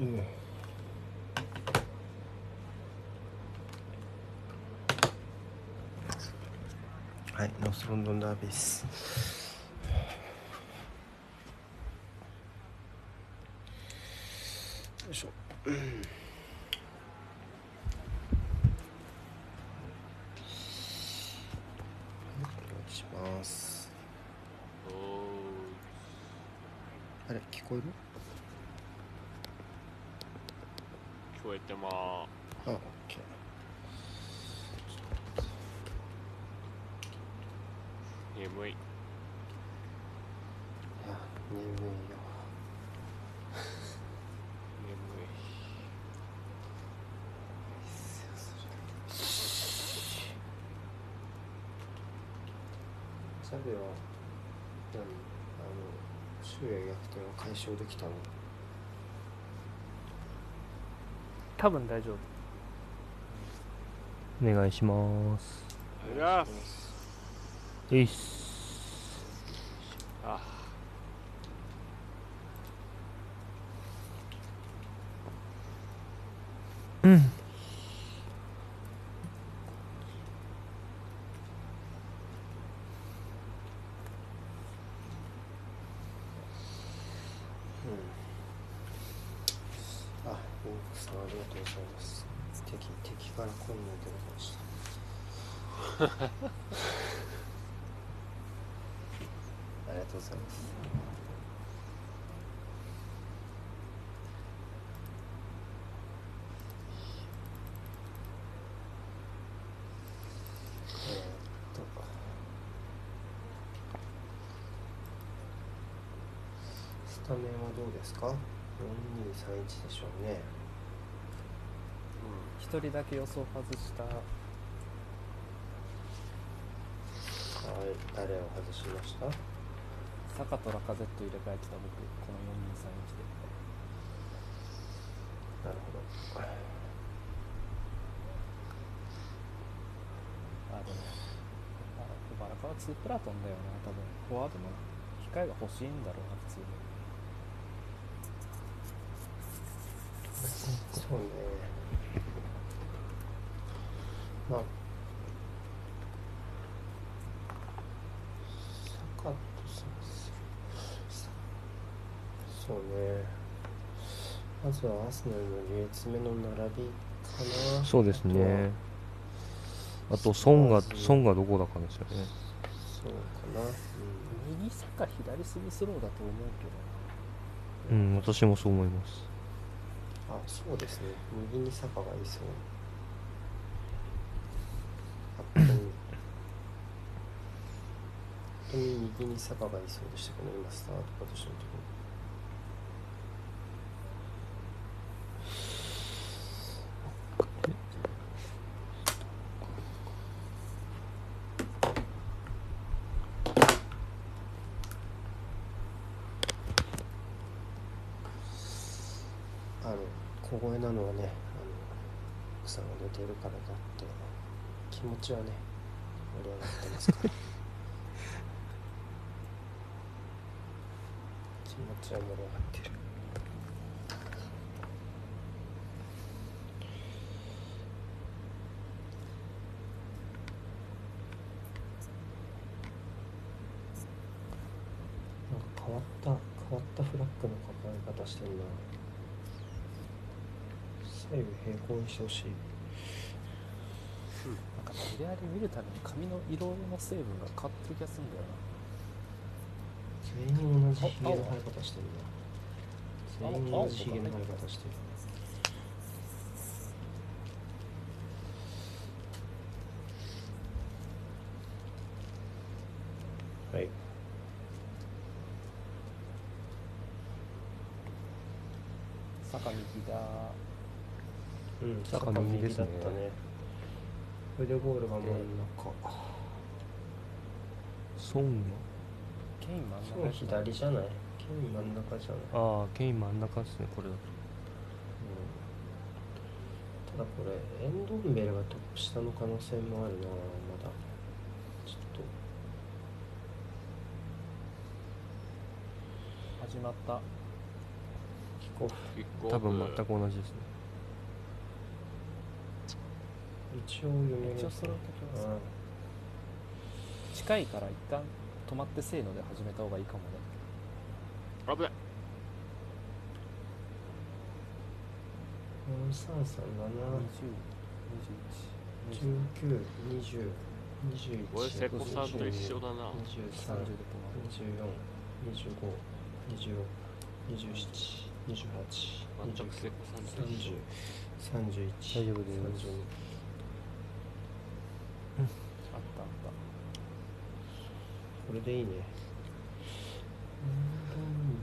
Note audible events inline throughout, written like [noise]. うんはい、ノースロンドンダービーです。よいしょ。お願いします。おあれ、聞こえるー聞こえてまあ、オッケー。ー眠いいや、眠いよ。眠いシャベは何あの周囲逆転は解消できたの多分大丈夫お願いしますおやよいっすあうんあリンクさんありがとうございます敵敵から声に出てきましたありがとうございますえーっとスタメンはどうですか4231でしょうねう一人だけ予想外したはい誰を外しました坂とラカゼット入れ替えてた僕この4人3人でなるほどあでもあバラカは2プラトンだよな多分フォワードの機会が欲しいんだろうな普通にそうねまあ坂と先生そうねまずはアーセナルの2列目の並びかなそうですね。あと、損が、損がどこだかですよね。そうかな、うん右坂左スミスローだと思うけどなうん、私もそう思います。あそうですね右に坂がいそうあっとに本当に右に坂がいそうでしたけど今スタートポジションのとこあの小声なのはねあの奥さんが寝ているからだって気持ちはね盛り上がってますから気持ちは盛り上がってるなんか変わった変わったフラッグの抱え方してるな左右平行にしてほしいなんかビレアリ見るたびに髪の色の成分が変わってる気がするんだよな全員同じひげの生え方してるな全員同じひげの生え方してるはい坂右だうん坂右ですね坂右だったね腕ボールが真ん中損が、ケイン真そんう中左じゃない剣真ん中じゃないああ、ケイン真ん中ですね、これだと。うんただこれエンドンベルがトップ下の可能性もあるなまだちょっと始まった聞こうキックオフ多分全く同じですね一応読める一応それを解きますか、近いから一旦止まってせーので始めた方がいいかもね危ないうん三三七20212030十九二十二十一俺瀬古さんと一緒だな二十三で止まる二十四二十五二十六二十七二十八二十全く九瀬古さんと三一十緒三十一大丈夫です32あったあったこれでいいねン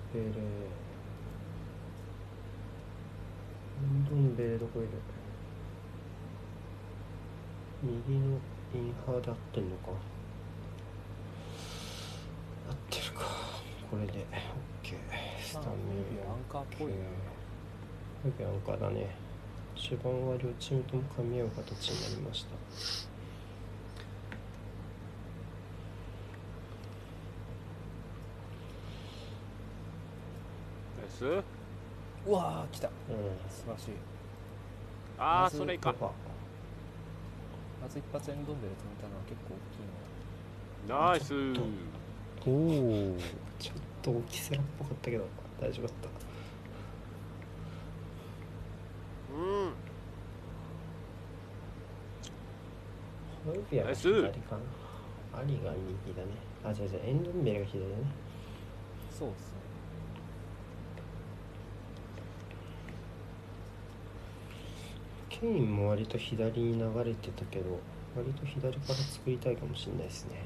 ドンベレンドンベレどこいる右のインハーで合ってんのか合ってるかこれで OK スタまあメンアンカーっぽいねオッケーアンカーだね終盤は両チームとも噛み合う形になりましたナイスうわー来たうん素晴らしいあまあずそれいパかパまず一発エンドンベル止めたのは結構大きいなナイスちょっおおちょっと大きせらっぽかったけど大丈夫だったうんホイビアが左かな。アリが右だね。あ、違う違う、エンドンベルが左だね。そうですねケインも割と左に流れてたけど、割と左から作りたいかもしれないですね。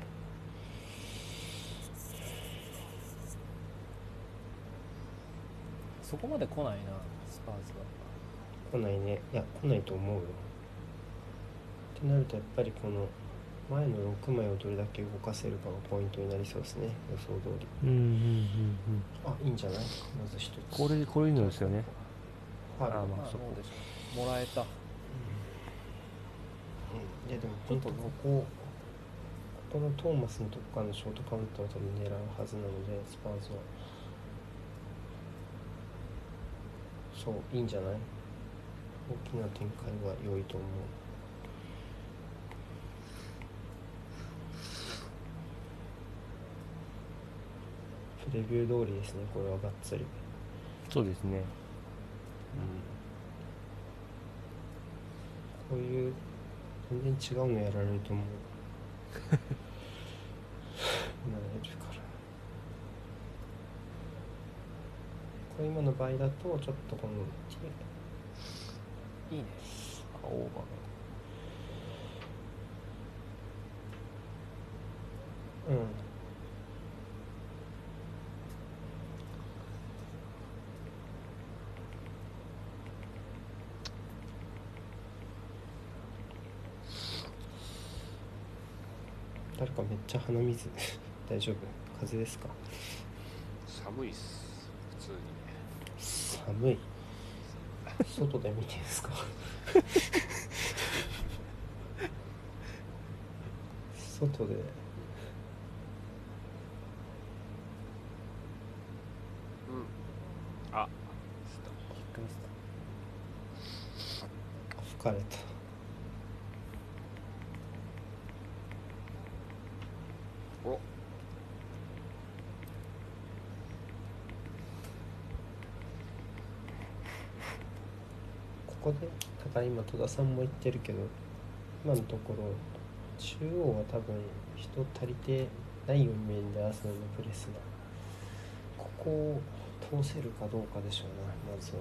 そこまで来ないなスパーズは来ないね。いや、来ないと思うよ。ってなると、やっぱりこの前の6枚をどれだけ動かせるかがポイントになりそうですね。予想通り。うんうんうんうんあ、いいんじゃないまず一つ。これこれいいのですよねファウルあままああそこどうでしょうもらえたうんいやでもちょっとここここのトーマスのとこからのショートカウンターを多分狙うはずなのでスパーズはそういいんじゃない大きな展開は良いと思うプレビュー通りですねこれはがっつりそうですねこういう全然違うのやられると思うなれるからこれ今の場合だとちょっとこのいいねあオーバーうん誰かめっちゃ鼻水 [laughs] 大丈夫風邪ですか寒いっす普通に寒い外で見てんすか外でうんあスタキックミスだ吹かれたおここでだから今戸田さんも言ってるけど今のところ中央は多分人足りてないように見えるんでアーセナルのプレスがここを通せるかどうかでしょうなまずは。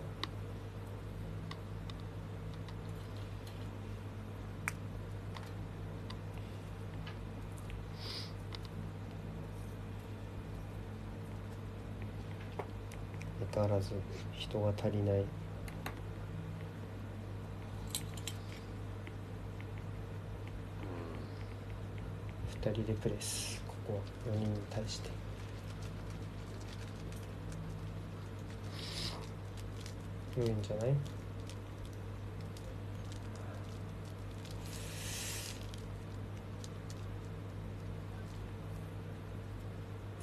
相変わらず人が足りない2人でプレスここは4人に対して良いんじゃない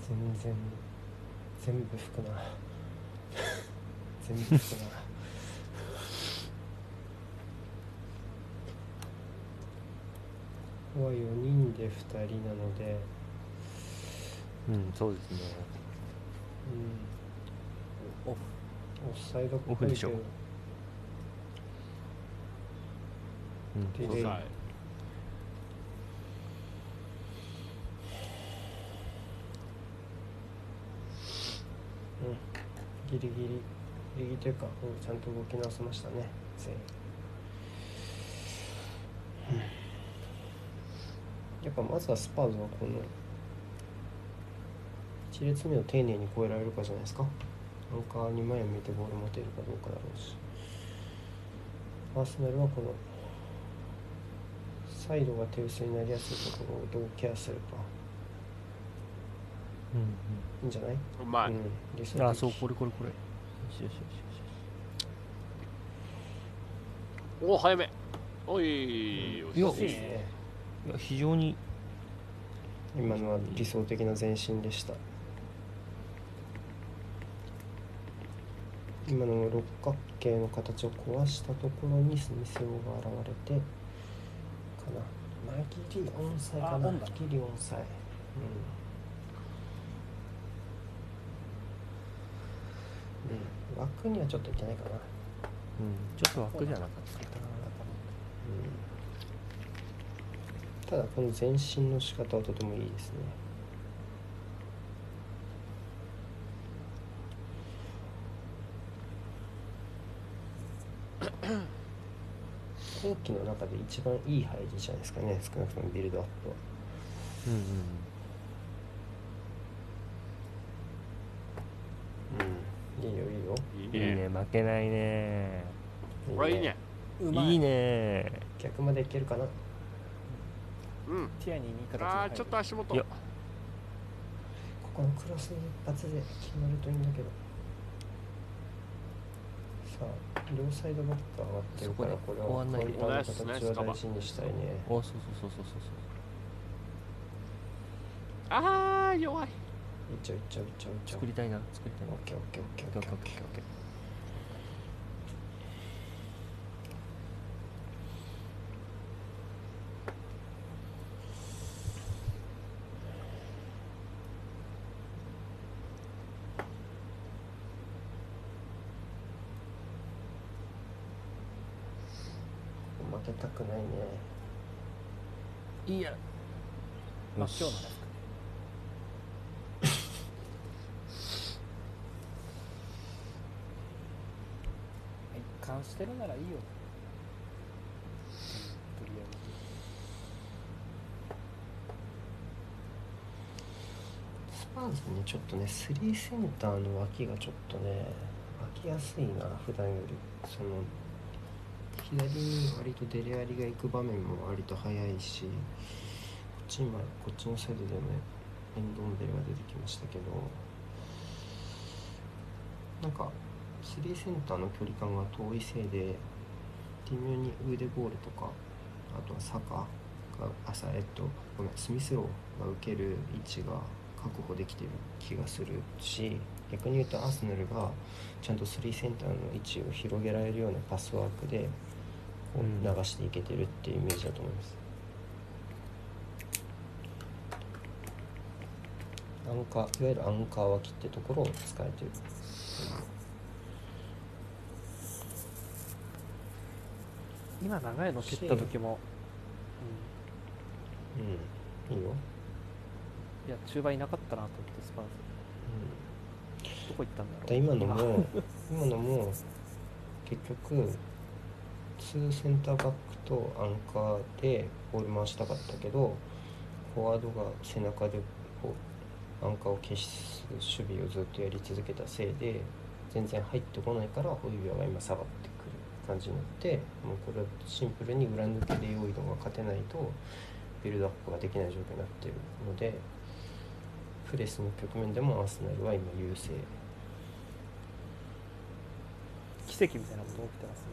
全然全部吹くな [laughs] 全部そうだなここは4人で2人なので、うん、そうですね。うん、オフオフサイドっぽいけどオフでしょうん、でオフサイギリギリギリギリというか、うんちゃんと動き直せましたね全員、やっぱまずはスパーズはこの1列目を丁寧に超えられるかじゃないですかアンカーに前を向いてボール持てるかどうかだろうしアーセナルはこのサイドが手薄になりやすいところをどうケアするかういんいんじゃない、うまい、うん、理想うん。的あ、そう、これこれこれ。よしよしよしよおお早めおいいや惜しいですねし。いや、非常に、今のは理想的な前進でした今の六角形の形を壊したところにスミセオが現れてかなマギリオンサイかあなオマンだギリオンサイうん、うん、枠にはちょっといけないかな、うん、うん、ちょっと枠じゃなかったかな。ただこの前進の仕方はとてもいいですね [coughs] 後期の中で一番いい配置じゃないですかね少なくともビルドアップはうんうん。うんいいよいいよいいいいねね、負けないね。これいいねうまいいいね。逆までいけるかなうんティアニーにいい形にあ入ーるちょっと足元いやここのクロスの一発で決まるといいんだけどさあ両サイドバックが上がってるからそここれでは終わんないカウンターの形を大事にしたいねお、そうそうそうそうそうあー弱いいっちゃういっちゃういっちゃういっちそう。ゃう作りたいな、作りたいな。オッケーオッケーオッケーオッケーオッケー負けたくないねいいや真っ白なね一貫してるならいいよとりあスパーズねちょっとね3センターの脇がちょっとね開きやすいな普段よりその左に割とデレアリが行く場面も割と早いしこっち今こっちのサイドでもねエンドンベルが出てきましたけどなんか3センターの距離感が遠いせいで微妙に腕ボールとかあとはサカがあさえっとごめんスミスローが受ける位置が確保できてる気がするし逆に言うとアーセナルがちゃんと3センターの位置を広げられるようなパスワークでこうんう流していけてるっていうイメージだと思います。アンカーいわゆるアンカー脇ってところを使えてるえず今長いの蹴った時も、 음,うんいいよ、うん、いや中盤いなかったなと思ってスパーうんズどこ行ったんだろう今のも今のも結局2センターバックとアンカーでボール回したかったけどフォワードが背中でこうアンカーを消す守備をずっとやり続けたせいで全然入ってこないからホイビアが今下がってくる感じになってもうこれはシンプルに裏抜けで用意度が勝てないとビルドアップができない状況になっているのでプレスの局面でもアーセナルは今優勢。奇跡みたいなこと起きてます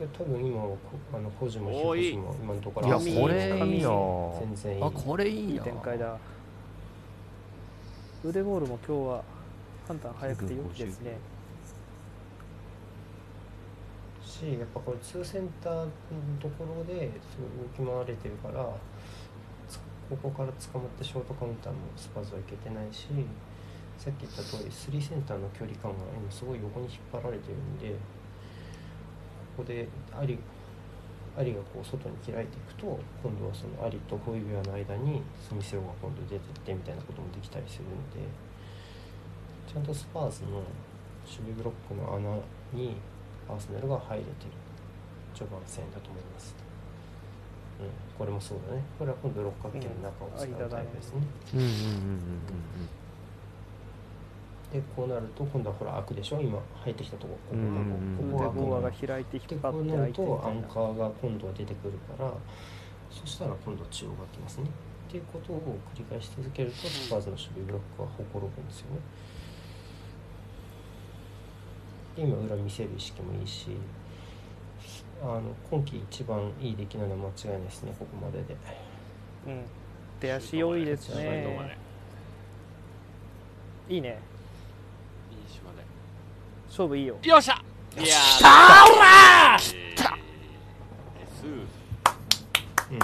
ね多分今はこあの保持もおーいヒも今のところいや、安定これいいな。全然いいあ、これいいいいな。展開だ腕ボールも今日は判断早くて良きですね9しやっぱこれ2センターのところですごい動き回れてるからつここから捕まってショートカウンターもスパーズはいけてないしさっき言った通り3センターの距離感が今すごい横に引っ張られてるんでここでアリアリがこう外に開いていくと今度はそのアリとホイビアの間にスミセオが今度出てってみたいなこともできたりするのでちゃんとスパーズの守備ブロックの穴にアーセナルが入れてる序盤戦だと思います。うん、これもそうだね。これは今度六角形の中を使うタイプですね。うんうんうんでこうなると今度はほら開くでしょ今入ってきたとこここうんこここ腕こゴアがが開く開いてで引っ張こってうな相る手みとアたいンなカーが今度は出てくるからそしたら今度は中央が来ますねっていうことを繰り返し続けるとスパーズの守備ブロックはほころぶんですよねで今裏見せる意識もいいしあの今季一番いい出来なのは間違いないですねここまででうん出足良いですシュートまねでいいねいい島で勝負いいよよっしゃいやーたおらーたうんいや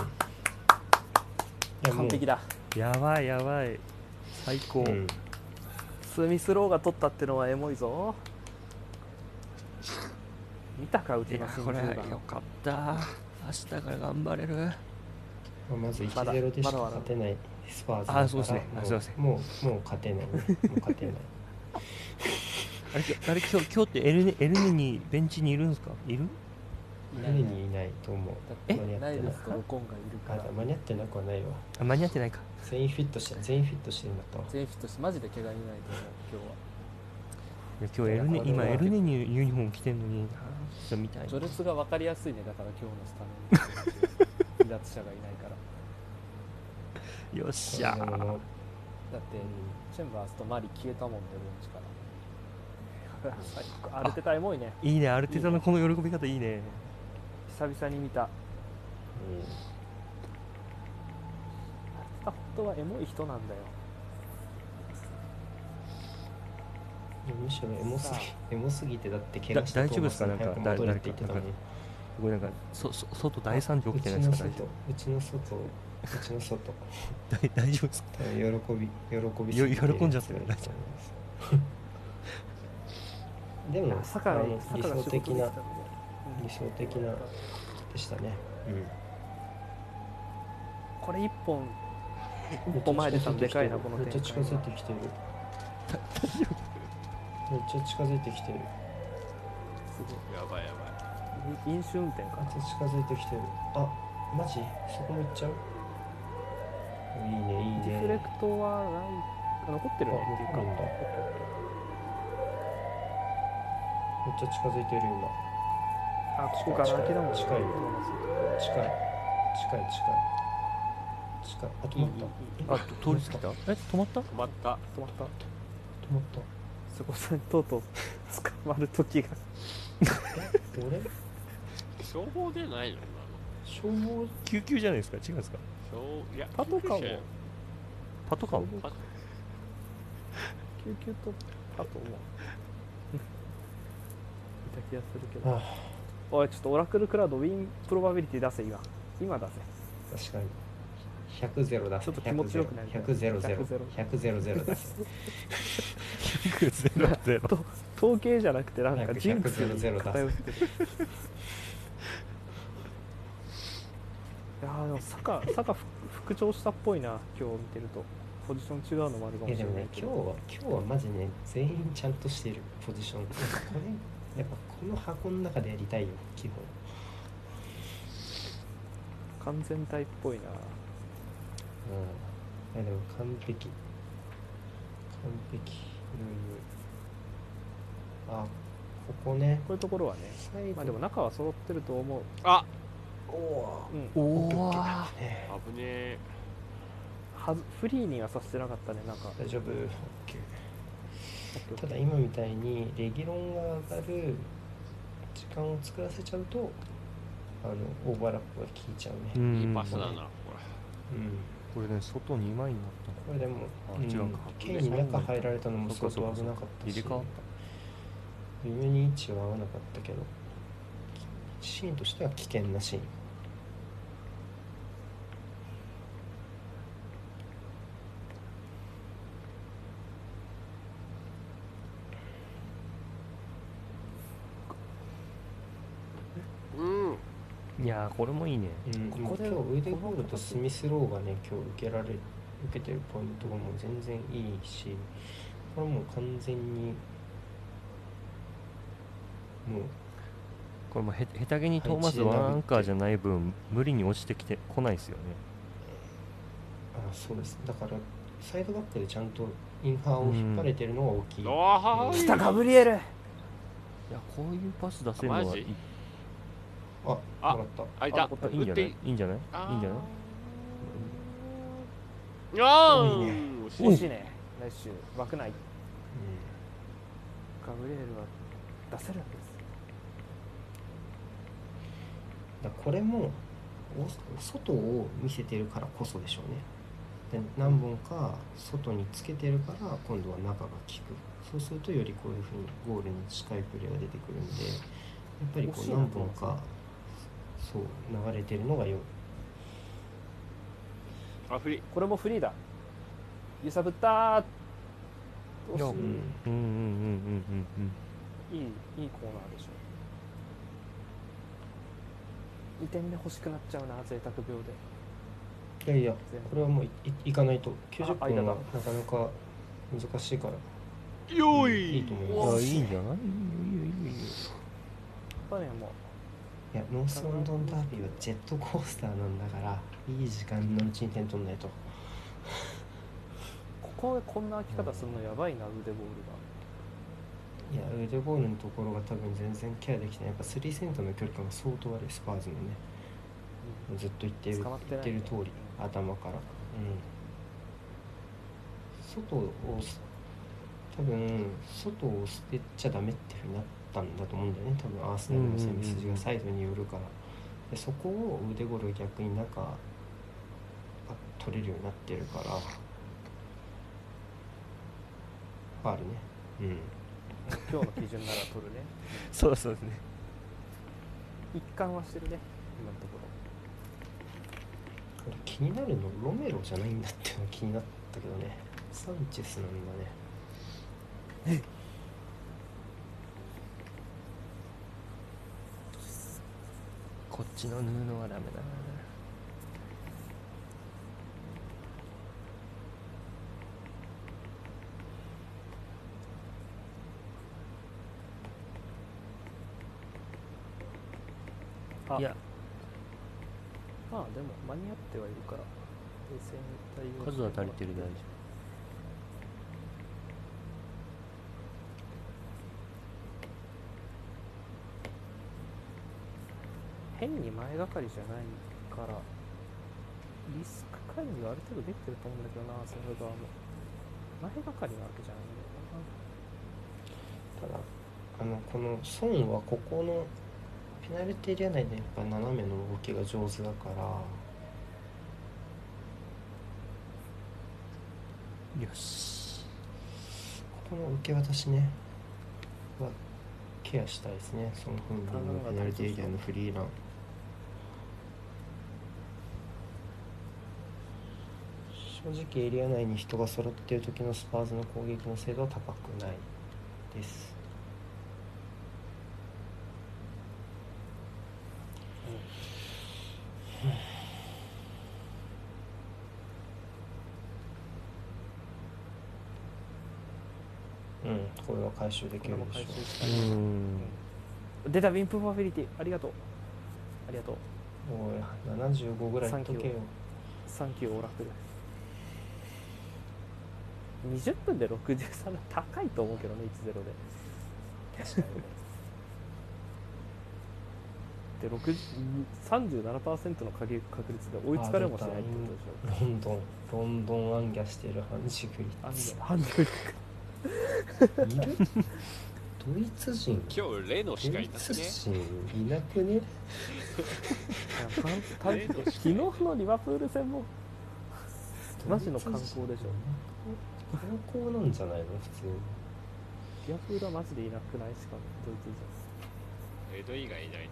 もう完璧だうんやばいやばい最高、うんスミスローが取ったってのはエモいぞ見たかうちのスミスローがかった明日から頑張れるまあまずまだ1-0でしまかだまだ勝てないスパーズあそうですねあもすいませんもうもう勝てない、ね、もう勝てないあれあれ今日今日ってエルネエルネにベンチにいるんですかいる何にいないと思うえ間に合ってなナいイルスとロコンがいるあかだら間に合ってなくはないわあ間に合ってないか全員フィットして全員フィットしてるんだったわ全員フィットしてマジで怪我見ないと思う今日はいや今日エルこネれは今エルネにユニフォーム着てんのになちょっと見たい序列が分かりやすいねだから今日のスタメ [laughs] ン離脱者がいないからよっしゃこれでもだってチェンバースとマリ消えたもんねベンチから最高アルテタエモいねいいねアルテタのこの喜び方いいね久々に見たアルテタ本当はエモい人なんだようんむしろエモすさぎエモすぎてだって怪我しただ大丈夫ですかトーマスにな早んかく戻れっだて言ってたのにこれなんかそそ外大惨事起きてないですかうちの外うちの外うちの外大丈夫大丈夫ですか多分喜び喜びすぎよ喜んじゃってるる [laughs] でも坂あがの理坂が想仕事で的きたなんでうん理想的なでしたねうんこれ一本一歩前出たのでかいなこのめっちゃ展近開づいはてきてるめっちゃ近づいてきてるすごいやばいやば飲飲酒運転かめっなちゃ近づいてきてるあマジそこも行っちゃういいねいいデねィフレクトはないあ残ってるねっあていうか残るんだめっちゃ近づいてる今あここから開けだもんね近いよ近い近い近い近いあ止まっいいいいいいたあと通り過ぎたえ止まったい止まった止まっ止たまったそこさんとうとう捕まる時がえ俺消防でないの消防救急じゃないですか違うんですか今の消いやパトカーもパトカーもパ救急とあ [laughs] ともいた気がするけどあおいちょっとオラクルクラウドウィンプロバビリティ出せ今今出せ確かに100ゼロだちょっと気持ちよくなりたい100ゼロゼロ100ゼロゼロだゼロゼ [laughs] ロと統計じゃなくてなん早かくジンクス100ゼロに出せ偏ってるいやーでも坂坂復復調したっぽいな今日見てるとポジション違うのもあるかい [laughs] もやしでれもなねいけ今ど日は今日はマジね全員ちゃんとしているポジションこれやっぱこの箱の中でやりたいよ基本完全体っぽいなうんいやでも完璧完璧余裕あここねこういうところはね最まあでも中は揃ってると思うあおおうんおおーね危ねえはずフリーにはさせてなかったねなんか大丈夫 OK ただ今みたいにレギュロンが上がる時間を作らせちゃうとあのオーバーラップが効いちゃうね、いいパスだなうんこうん、これね外2枚になったこれでもあうん違うかケイに中入られたのもそ相っかそ当っ危かなかったし入れ替わっ微妙に位置は合わなかったけどシーンとしては危険なシーンうんいやーこれもいいねうん、ここで今日ウイデンホールとスミスローがね今日受けられ受けてるポイントがもう全然いいしこれもう完全にもうこれもへ下手げにトーマスワンアンカーじゃない分無理に落ちてきてこないですよねあそうですだからサイドバックでちゃんとインハーを引っ張れてるのが大きい、おー来たガブリエルいやこういうパス出せるのマはジいいああもらったあいたあこあいいんじゃない打っていいんじゃないいいんじゃないいあーいいね惜しいね来週枠内うガブリエルは出せるわけですん、だからこれもお外を見せてるからこそでしょうねで何本か外につけてるから今度は中が効くそうするとよりこういうふうにゴールに近いプレーが出てくるんでやっぱりこ惜うしいな何本かそう流れてるのがよあフリーこれもフリーだ揺さぶったーいうん惜しやうんうんうんうんうんういいんいいコーナーでしょ2点目欲しくなっちゃうな贅沢病でいやいや全部これはもういいいかないと90あ分間だはなかなか難しいからよーいいと思いいまやおいいんじゃないいいよいいよいいよいいよやっぱねもいやノースロンドンダービーはジェットコースターなんだからいい時間のうちに点取んないとうここでこんな開き方するのやばいな腕ボールがいや腕ボールのところが多分全然ケアできてないやっぱ3センターの距離感が相当悪いスパーズのねうんずっと言ってる捕まって言なっいてる通り頭からうん外をす多分外を捨てちゃダメっていうふうになったんだと思うんだよね多分アーセナルの攻め筋がサイドに寄るから、でそこを腕ゴールが逆に中あ取れるようになってるからファールねうん今日の基準なら取るねそうそうですね一貫はしてるね今のとこころれ気になるのロメロじゃないんだっていうのが気になったけどねサンチェスなんだねこっちの縫うのはダメだあいやまあでも間に合ってはいるから冷静に対応数は足りてる大丈変に前がかりじゃないからリスク管理はある程度できてると思うんだけどなセル側も前がかりなわけじゃないんだたよなだあのこの孫はここのペナルティエリア内でやっぱ斜めの動きが上手だから夫よしここの受け渡しねはケアしたいですねその本人のペナルティエリアのフリーラン正直エリア内に人が揃っている時のスパーズの攻撃の精度は高くないですうんこれは回収できこれるもでし回ょう収しうたいーなん出たウィンプモビリティありがとうありがとうおい75ぐらいいっとけよサンキューオラクル20分で63は高いと思うけどね1-0で確かにで60 37%の確率で追いつかれもしないってことでしょロンドンロンドンアンギャしてるハンシグリあんッのハンドルツいるドイツ人今日レノしドかいイなツくね人いなくね昨日のリバプール戦もマジの観光でしょドイツ人観光なんじゃないの普通にリバプールはマジでいなくないしかもドイツ人レノ以外いない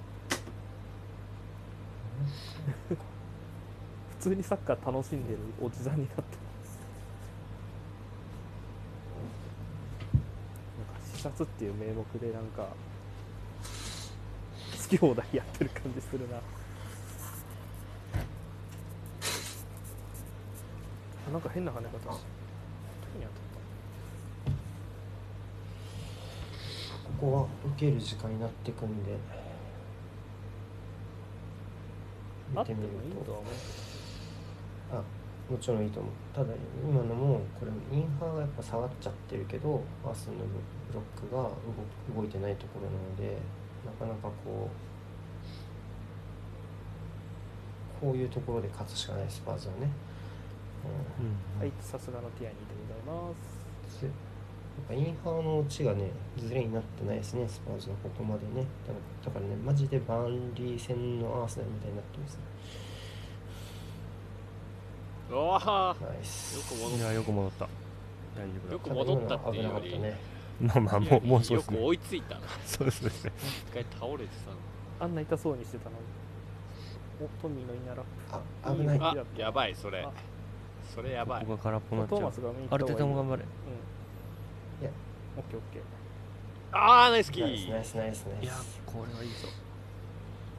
普通にサッカー楽しんでるおじさんになってますなんか視察っていう名目でなんか好き放題やってる感じするなあなんか変な跳ね方して手にここは受ける時間になってくんで当たった見あっててみもいるいととは思うあもちろんいいと思うただ今のもこれインハーがやっぱ下がっちゃってるけどアースのブロックが動く動いてないところなのでなかなかこうこういうところで勝つしかないスパーズはね、うん、うんはいさすがのティアニーでございますつやっぱインハーの落ちがねズレになってないですねスパーズはここまでねだからだからねマジでバーンリー戦のアーセナルみたいになってますねおーナイスよく戻いやよく戻った大丈夫よだく戻ったっていうより危なかっまあまあいもやうもうそうよですくね追いついたなそうですね一回倒れてたのあんな痛そうにしてたのにおトミーのイナラたねあ危ないあやばいそれあそれやばいここが空っぽになっトーちゃマうスが上に行あったる方がい程度いも頑張れうんいやオッケーオッケーああナイスキナイスナーイスナイスナイスいやこれはいいぞ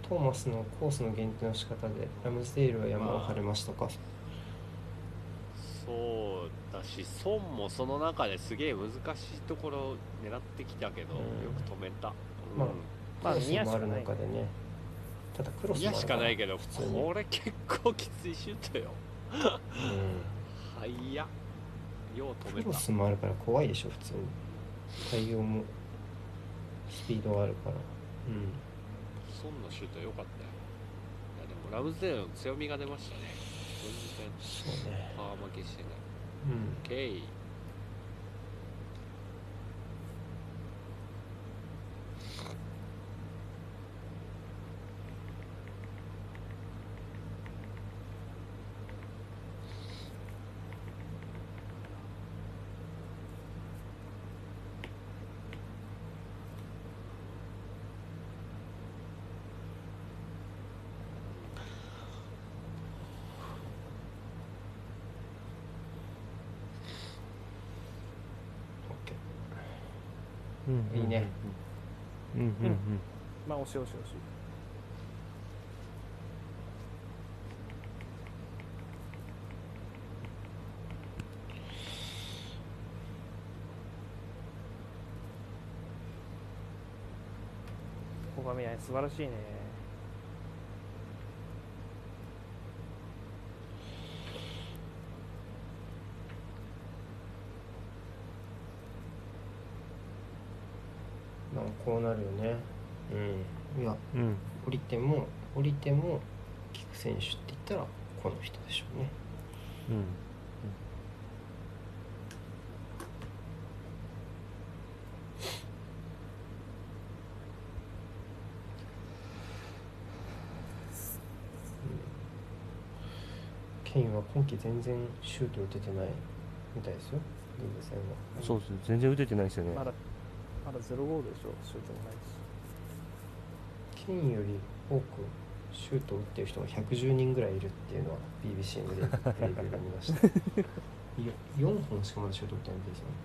トーマスのコースの限定の仕方でラムスデールは山を張れましたか、そうだし孫もその中ですげえ難しいところを狙ってきたけど、うんよく止めた、まあまあクロスニアしもあかるない中でねただクロうん、スいもあやるしからかないけど通にこれ結構きついシュートようはいやよう止ん、めクロたスもあるから怖いでしょ普通に対応もスピードがあるからうん孫のシュート良かったよいやでもラムズデールの強みが出ましたね全そうね然パワー負けしてないうんオッケーオッケーうんいいねうんうんうんまあ押し押し押しここが見ない素晴らしいねまあこうなるよねうんいやうんうん降りても降りてもキック選手って言ったらこの人でしょうねうんケインは今季全然シュート打ててないみたいですよリーグ戦はそうです全然打ててないですよねまだまだゼロゴールでしょシュートもないしケインより多くシュートを打ってる人が110人ぐらいいるっていうのは BBC のレビューで見ました [laughs] よ4本しかまだシュート打ってないんですよね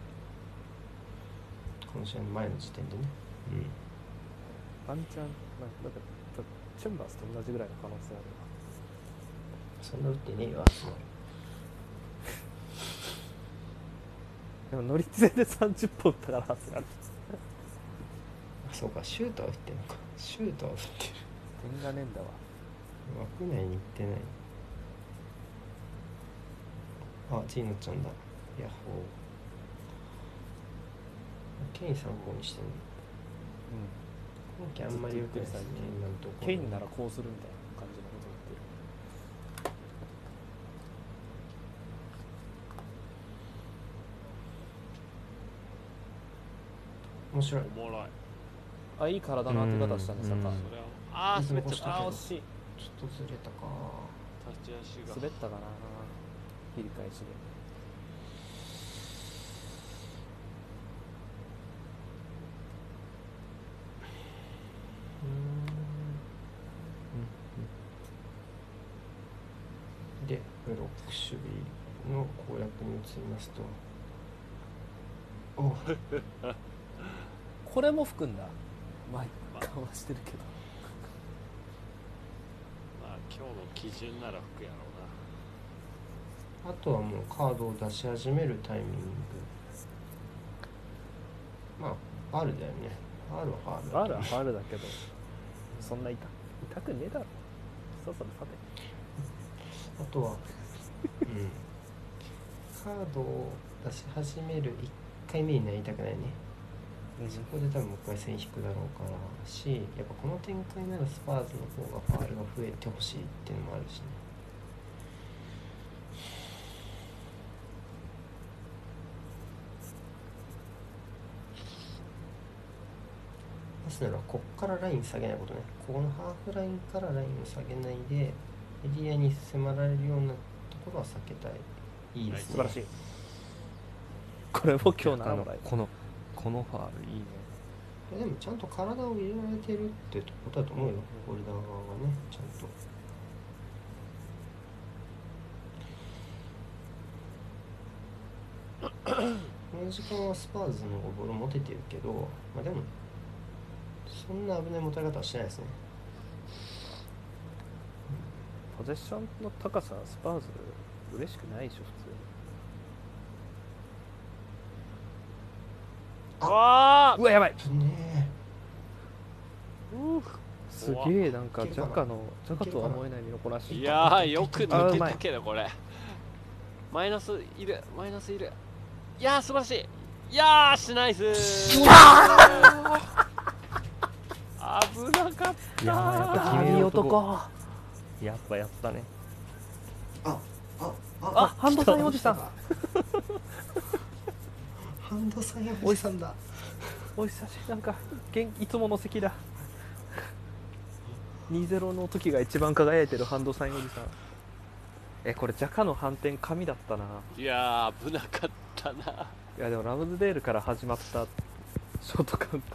この試合の前の時点でねうんワンチャンなんかなんかチェンバースと同じぐらいの可能性あるなそんな打ってねえよアーセナルでも乗り継いで30本打ったからアーセナルあそうかシュートは打ってんのかシュートは打ってる点がねえんだわ枠内に行ってないあジーノちゃんだヤッホーケイン参考にしてんの今季あんまり良くないですね今のところケインならこうするみたいな感じのこと言ってる面白いおもろいあいい体の当て方したねうんサカうんそれはああ滑っちゃったああーー惜しいちょっとずれたか立ち足が滑ったかな切り返しでうーんうん6種類の攻略に移りますとおこれも吹くんだ前緩和してるけどまあ今日の基準なら吹くやろうなあとはもうカードを出し始めるタイミングまあ R だよね R は R あるはあるだけどそんな痛痛くねえだろそろそろさてあとは、うん、カードを出し始める1回目になりたくないねそこで多分もう一回線引くだろうからしやっぱこの展開ならスパーズの方がファールが増えてほしいっていうのもあるしねアスナルはこっからライン下げないことねここのハーフラインからラインを下げないでエリアに迫られるようなところは避けたいいいですね素晴らしいこれも今日あ7のもらいこのこのファールいいねいやでもちゃんと体を入れられてるってことだと思うよ、ホルダー側がねちゃ [coughs] んとこの時間はスパーズの方がボール持ててるけどまあでもそんな危ない持たれ方はしてないですねポゼッションの高さスパーズ嬉しくないでしょ普通にあうわやばい危ねすげえなんかいけジるかなャカのジャカいけるとかなは思えない身のこなしいやーよく抜けたけどこれマイナスいるマイナスいるいやー素晴らしいいやーしないっすー危なかっいやーやっぱ決め神る男男やっぱやったねあハンドサインおじさんえハンドサインおじさんだお久しぶりなんか元いつもの席だ20の時が一番輝いてるハンドサインおじさんえこれジャカの反転神だったなたいやー危なかったないやでもラムズデールから始まったショートカウンター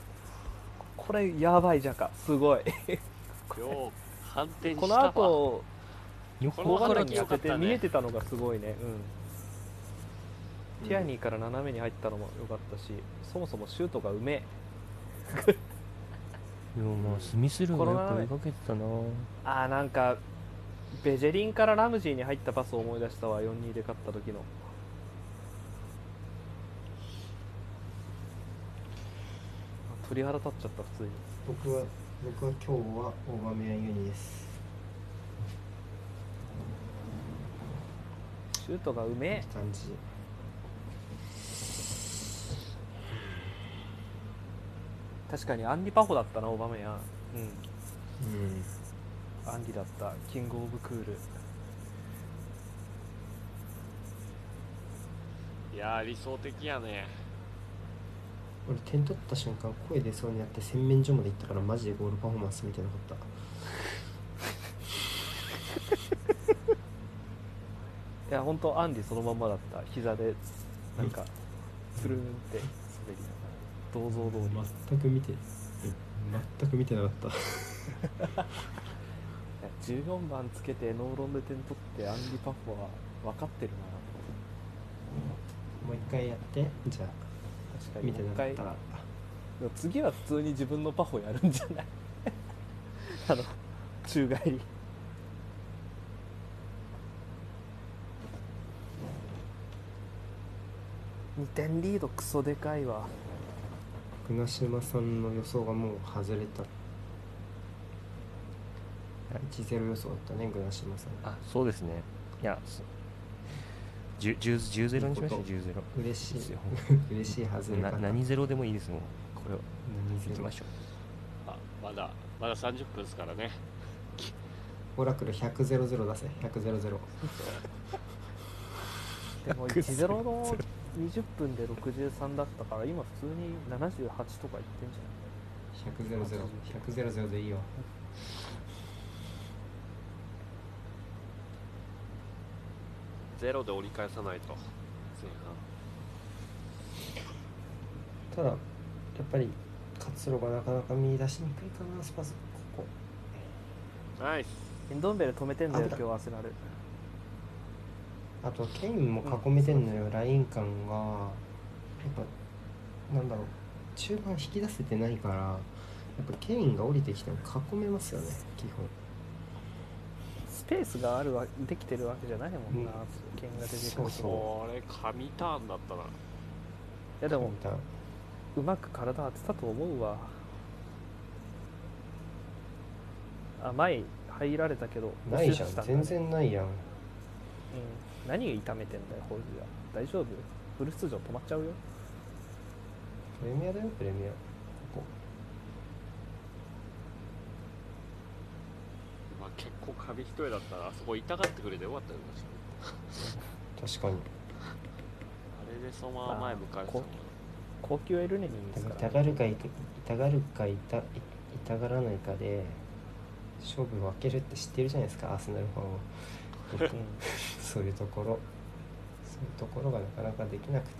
[laughs] これやばいジャカす [laughs] ごいよう反転したこわの後こ横の大反金転に良当かてってた見えねてたのがすごいねうんティアニーから斜めに入ったのも良かったしそもそもシュートがうめえいやまあスミスルーがよく追いかけてたなあーなんかベジェリンからラムジーに入ったパスを思い出したわ4-2で勝った時のあ鳥肌立っちゃった普通に僕は僕は今日は大豆メアユニですシュートがうめえ感じ確かにアンリ・パホだったなオバメやううんんアンリだったキング・オブ・クールいやー理想的やね俺点取った瞬間声出そうになって洗面所まで行ったからマジでゴールパフォーマンス見てなかったいや本当アンリそのまんまだった膝でなんかつるんって滑りながら銅像通り全く見て全く見てなかったいや14番つけてノーロンで点取ってアンリ・パホは分かってるなと思ってもう一回やってじゃあ確かに見てなかったら次は普通に自分のパフォやるんじゃない [laughs] あの宙返り2点リードクソでかいわ船島さんの予想がもう外れた1-0予想だったね船島さんあそうですねいやそ10 10 10-0にしました10-0嬉しいですよ嬉しい外れな方何ゼロでもいいですもんこれを何行きゼロましょうあまだまだ30分ですからねオラクル100ゼロゼロ出せ100ゼロゼロでも1-0の20分で63だったから今普通に78とかいってんじ100ゼロゼロ100ゼロゼロでいいよゼロで折り返さないと前半ただやっぱり活路がなかなか見出しにくいかなスパスここナイスゃんエンドンベル止めてんだよ危な今い日アセナルあとケインも囲めてんのよ、ライン感がやっぱなんだろう中盤引き出せてないからやっぱケインが降りてきても囲めますよね基本スペースがあるわできてるわけじゃないもんな、うん剣が出てくるそうこれ神ターンだったないやでもみたいうまく体当てたと思うわあ前入られたけどないじゃん押し出しただ全然ないやんうん、何痛めてんだよホールが大丈夫フル出場止まっちゃうよプレミアだよプレミアここまあ、結構紙一重だったらあそこ痛がってくれてよかったよ確確かかににあれでそのまま前向かれてたもんね高級エルネニーですか痛ら、がるかいと痛がるか痛い痛がらないかで勝負分けるって知ってるじゃないですかアーセナルファンは [laughs] うんそういうところそういうところがなかなかできなくて勝ててないから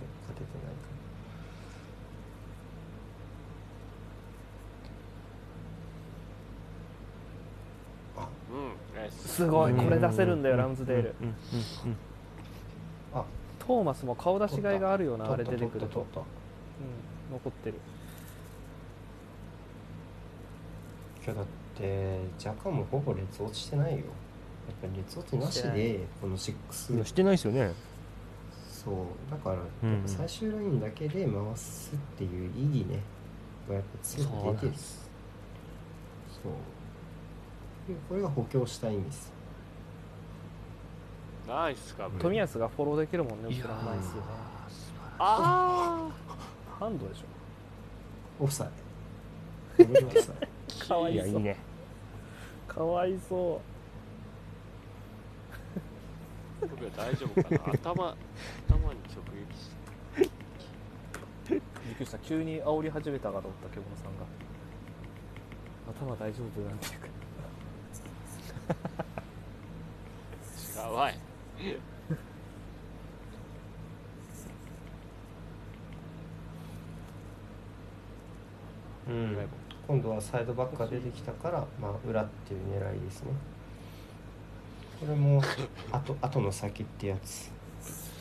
うんナイスすごいこれ出せるんだようんラムズデールうんうんうんあトーマスも顔出しがいがあるよなあれ出てく取るとった取った取っうん残ってるた今日だって若干もほぼ劣落ちしてないよやっぱり劣落ちなししてでこのうんいや6してないですよねそうだからうんやっぱ最終ラインだけで回すっていう意義ねがやっぱ強く出てるそうでこれが補強した意味ですナイスかぶ冨安がフォローできるもんねいや後ーろのナイスよねあハンドでしょオフサイドダブルオフサイドかわいいやいいそうねかわいそあ大丈夫かな頭頭に直撃してうびっくりした急に煽り始めたかと思った獣さんが頭大丈夫なんていうか違うわい [laughs] うん今度はサイドバックが出てきたから、まあ、裏っていう狙いですねこれも後後の先ってやつス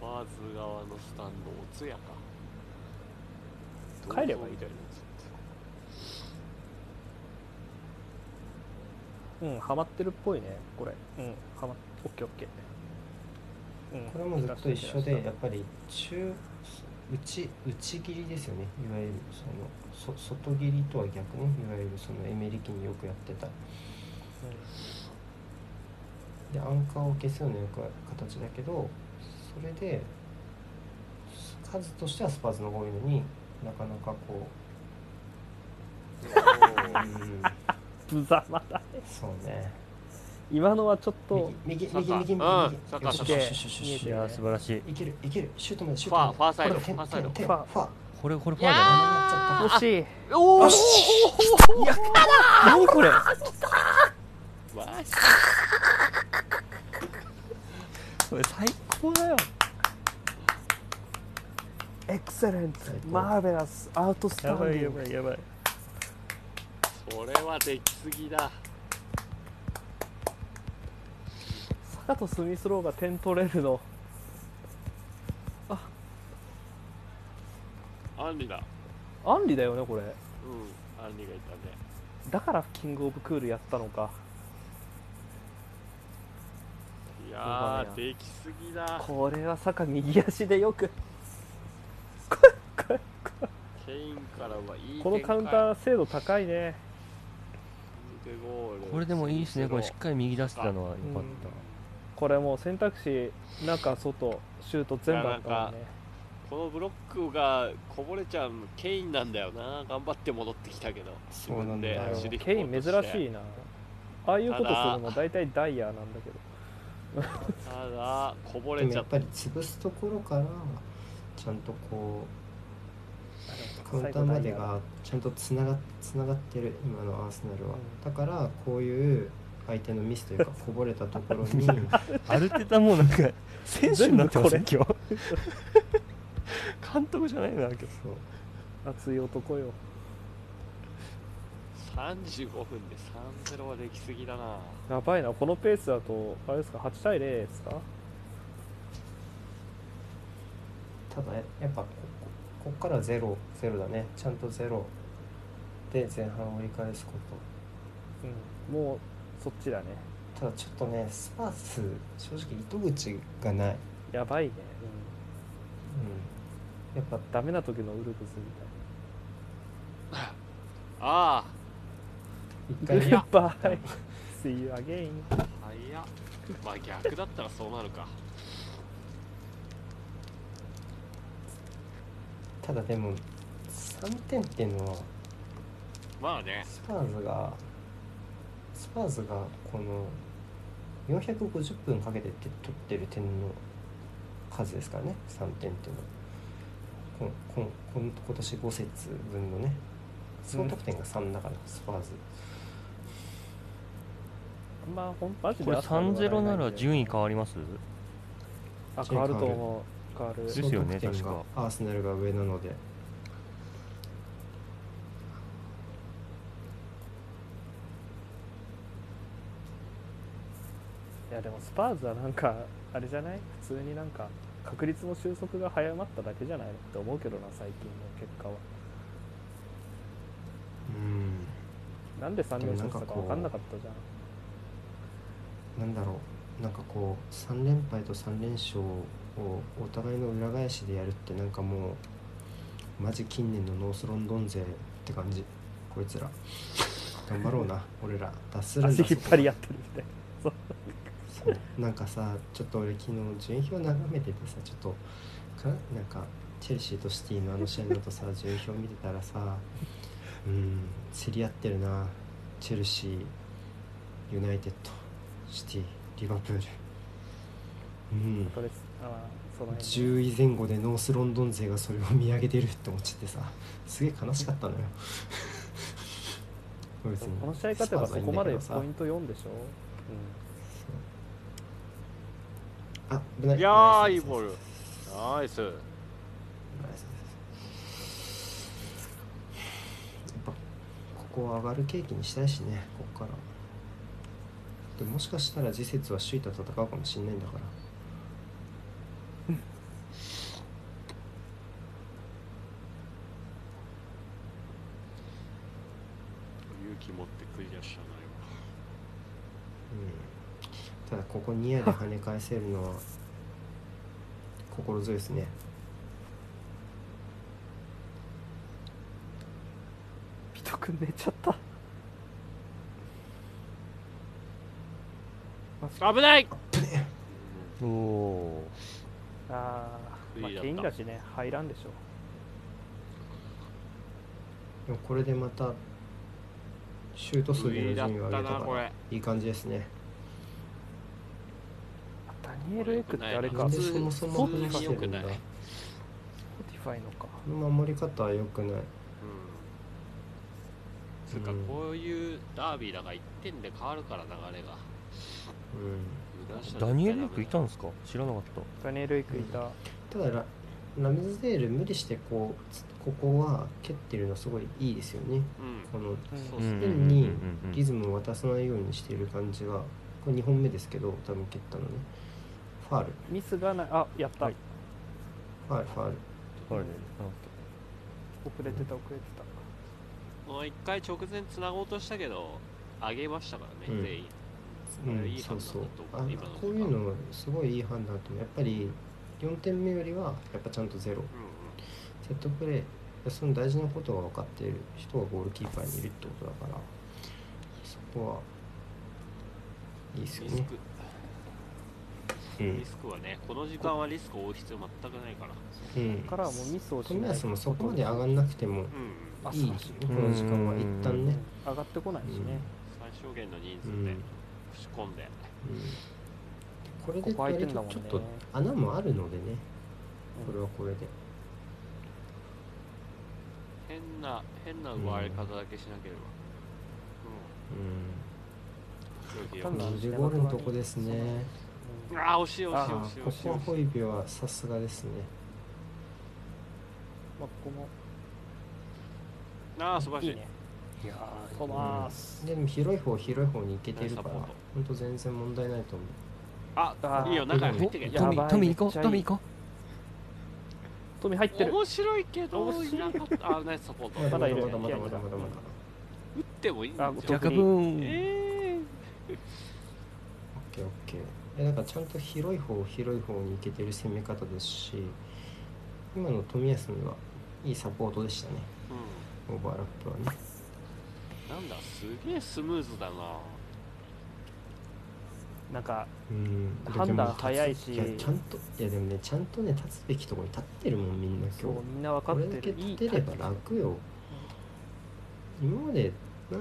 パーズ側のスタンドおつやか帰ればいいみたいなうんハマってるっぽいねこれうんハマっオッケーオッケー、うん、これもずっと一緒で照らやっぱり中内内切りですよねいわゆるそのそ外切りとは逆ねいわゆるそのエメリキによくやってたでアンカーを消すようなよく形だけどそれで数としてはスパーズの方が多いのになかなかこ [laughs] う、うん、照らしたぶざまだそうね今のはちょっと右右サッ右カ右右ーうん右サッカーよしサッカーよしよしよし見えいてるやー素晴らしいいけるいけるシュートまでシューファートまでファーサイドこれ手ファーサイド手ファー手ファーこれこれファいーやだーよあ惜しいおお何これこれ最高だよエクセレント最高マーベラスアウトスタやンデばいィやングばいやばいそれはできすぎだ坂とスミスローが点取れるのアンリだアンリだよねこれうんアンリがいたねだからキングオブクールやったのかいやそうだーねできすぎだこれは坂右足でよくケインからはいいこのカウンター精度高いねこれでもいいですねこれしっかり右出してたのはよかっうんこれもう選択肢中外シュート全部あったもんねこのブロックがこぼれちゃうケインなんだよな頑張り戻ってきたけど自そうなん分だでよ走りケイン珍いしいなああいうことするの大体ダイヤなんだけどただこぼでれもちゃやっっぱたり潰すところからちゃんとこうカウンターまでがちゃんとつながつながってる今のアーセナルは、うんだからこういう相手のミスというかこぼれたところにたアルテタもうなんか選手になってますね今日監督じゃないな今日そう熱い男よ35分で3-0はできすぎだなやばいな、このペースだと、あれですか、8対0ですかただやっぱこここっからゼロゼロだねちゃんとゼロで前半を折り返すこうん、もうそっちだね。とただちょっとねスパース正直糸口がない、やばいね。うん、やっぱうん、ダメな時のウルブスみたいな。あ一グ回ッね [laughs] バイ See you again あ早っまあ逆だったらそうなるか [laughs] ただでも3点っていうのはまあねスパーズがスパーズがこの450分かけてって取ってる点の数ですからね3点っていうのはこんこんこん今年5節分のね総得点が3だから、スパーズあんまほんマジでこれアスナル3笑えゼロいんだなよら順位変わりますあ変わると思う変わるですよね総得点が確アーセナルが上なのでいやでもスパーズはなんかあれじゃない普通になんか確率の収束が早まっただけじゃないのって思うけどな最近の結果はうんなんで3連勝したでかも分かんななかんかったじゃなんだろうなんかこう3連敗と3連勝をお互いの裏返しでやるってなんかもうマジ近年のノースロンドン勢って感じこいつら頑張ろうな俺ら脱するんんだ足引っ張りやっってるみたいななんかさちょっと俺昨日順位表眺めててさちょっとかなんかチェルシーとシティのあの試合のとさ順位表見てたらさうん競り合ってるなチェルシーユナイテッドシティリバプールうんそれあーその辺ね10位前後でノースロンドン勢がそれを見上げてるって思っちゃってさすげえ悲しか [laughs] ったのよ別にこの試合勝てばスそパーズはいいこんだまけでどさポイント4でしょあ危ないいやーいナイいスボールナイスナイスやっぱここは上がる契機にしたいしねここからでもしかしたら次節は首位と戦うかもしれないんだから勇気持ってクリアしたなうんただここニアで跳ね返せるのは心強いですねピト君寝ちゃった今危ないおおあー、まあいいやったケインだしね入らんでしょでもこれでまたシュート数不での意だっ順位を上たげたなかこられいい感じですねあダニエル・エクってあれいいかなんで感じそもそも話してるんだ良くないこスポティファイのかの守り方は良くないうんつうかうんこういうダービーだから1点で変わるから流れがうん油断したら絶ダ対ダメニだエル・エクいたんですか知らなかっダニエル・エクいた、ただララムズデール無理してこうつここは蹴ってるのすごいいいですよねうんこのそうったうすんねうんうんうんうリんズムを渡さないようにしている感じがこれ2本目ですけど多分蹴ったのねファールミスがないあやった、はいファールファールこれねなんか遅れてた遅れてたもう一回直前つなごうとしたけど上げましたからうんね全員うん、いいそう判断だそうとあ思う今のこういうのすごいいい判断だと思うやっぱり4点目よりはやっぱちゃんとゼロうんうんセットプレーその大事なことが分かっている人がゴールキーパーにいるってことだからそこはいいですよリスね、クうんリスクはねこの時間はリスクを負う必要全くないからうん、からはもうミスをし冨ない安もそこまで上がんなくてもうんあいいそうそうこの時間は一旦うんね、上がってこないしね、最小限の人数うんで押し込んでうん、これこでこ空いて割んだともんねちょっと穴もあるのでねこれはこれで変な変な奪われ方だけしなければうん多う分んよなん20ゴールのとこですねくよくあー惜しい惜しいあ惜しいこ惜しいこはホイビュはさすがですねまあここもああ素晴らしいいいねいやートマース、でも広い方広い方に行けてるかナイスサらポート本当全然問題ないと思うああーいいよ中に入ってけやばいトミートミー行こめっちゃいいトミうトミー行こー入ってる面白いけど面白いいなかったあナイスサポートまだ打まだいまるだまだまだまだまだってもいいんだあよう逆若に分、えオッケーオッケーえなんかちゃんと広い方広い方に行けてる攻め方ですし今の富安にはいいサポートでしたねーうオーバーラップはねんなんだすげえスムーズだななんかうん判断早いしいやちゃんといやでもねちゃんとね立つべきところに立ってるもんみんなそ今う日みんな分かこっれだてけるい立いてれば楽よ今までな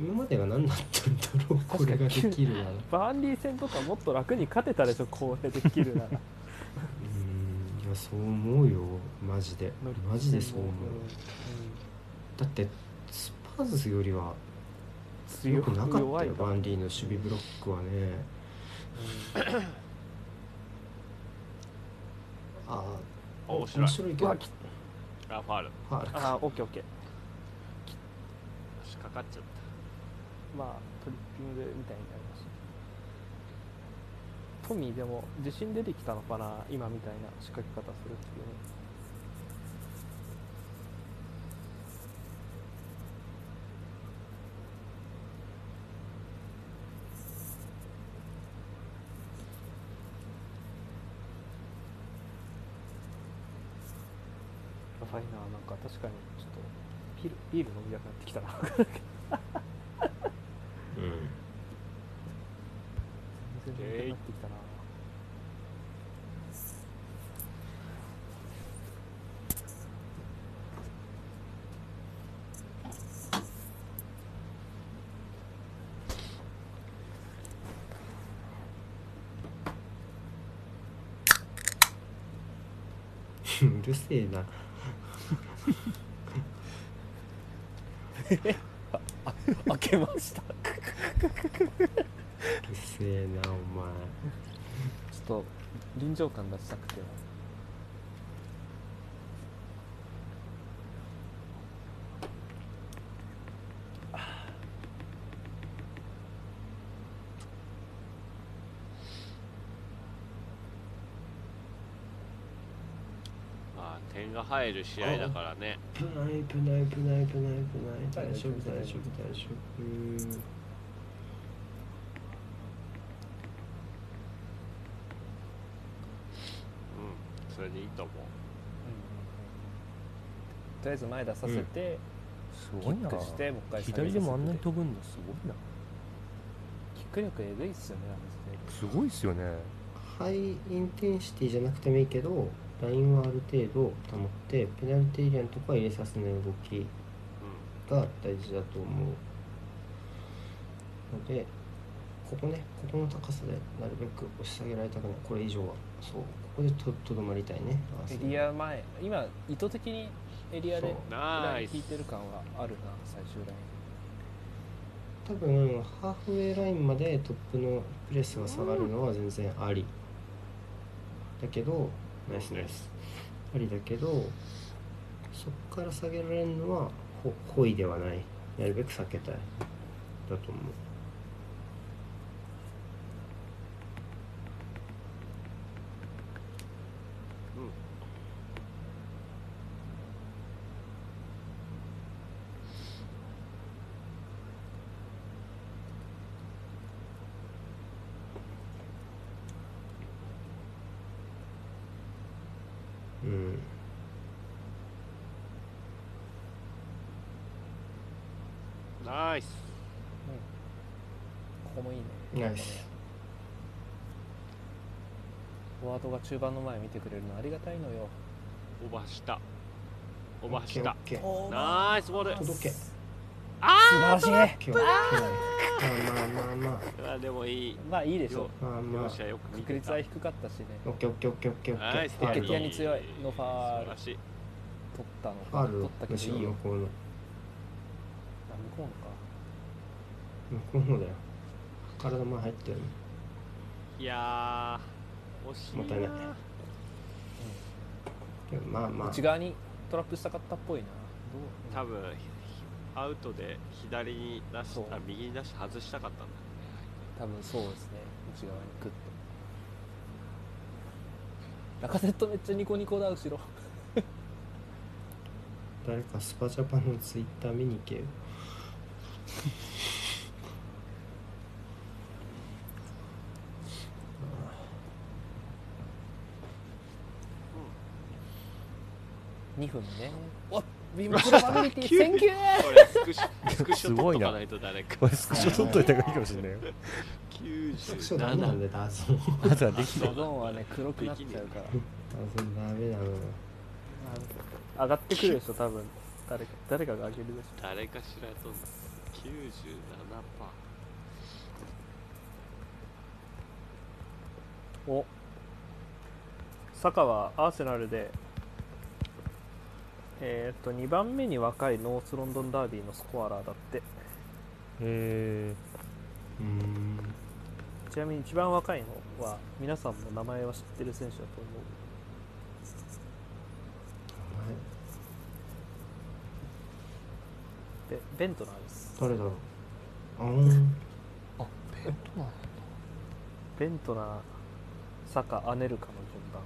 今までは何だったんだろうこれができるならバーンリー戦とかもっと楽に勝てたでしょこれできるならうんいやそう思うよマジで乗り [laughs] マジでそう思ううだってスパーズよりはん強くなかっ弱たいよかバンリーの守備ブロックはねああ面白いけどうあわきラファールよあれかああオッケーオッケーしかかっちゃったまあトリッピングみたいになりましたトミーでも自信出てきたのかな今みたいな仕掛け方するっていうねやばいななんか確かにちょっとビールビール飲みたくなってきたなうん全然 [laughs] なくなってきたな、 [laughs] うるせえな。開けましたうるせえちな、お前。ょっと臨場感出したくてまあ点が入る試合だからね危ない、危ない、危ない、危ない、危ない。大丈夫、大大丈丈夫、大丈夫。うんうんそれでいいと思うとりあえず前出させて、すキごいッなクしてもう一回左でもあんなにと飛ぶんだすごいなキック力えぐいっすよねあのすごいっすよねハイインテンシティじゃなくてもいいけど、ラインはある程度保って、ペナルティーエリアのとこは入れさせない動きうが大事だと思う。ので、ここね、ここの高さでなるべく押し下げられたくない。これ以上は。そう。ここでととどまりたいね。アーセ時点でエナリア前今意図的にエリアそでうんナライインス引いてる感はあるな最終ライン多分ハーフウェイラインまでトップのプレスが下がるのは全然ありだけどナイスナイスありだけどそこから下げられるのはほ故意ではないなるべく避けたいだと思ううんうんナイスここもいいねナイスフォワードが中盤の前見てくれるのありがたいのよオーバーしたオーバーしたオッケーオッナイスボールケー届けあ素晴らしい今日まあまあまあまあーあでもいいまあいいでしょよまあま両あ者よく見確て率たは低かったしねオッケーオッケーオッケーオッケーオッケナーイスファール敵やに強いノファール素晴らし取いったのファール取をったけむどしろいいよ向こうのあ向こうのか向こうのだよ体前入ったよねいやー惜しいなもったいないでもまあまあ内側にトラップしたかったっぽいなどう多分アウトで左に出しそうあ右に出して外したかったんだよね多分そうですね内側にグッとラカセットめっちゃニコニコだ後ろ誰かスパジャパンのツイッター見に行けよ2分ねおっビームクロファミリ [laughs] ティセンキューこれスクショスクショ撮っとかないと誰かこれスクショ撮っといた方がいいかもしれないよ。スクショダメなん97だよダゾンまずはできドゾーンはね黒くなっちゃうからダゾンダメなのよ上がってくるでしょ多分誰か誰かが上げるでし誰かしらとんだ97パーょおサカはアーセナルでえーっと2番目に若いノースロンドンダービーのスコアラーだってえうーんちなみに一番若いのは皆さんも名前は知ってる選手だと思うベベントナーです誰だろうあーんベントナーサカアネルカの順番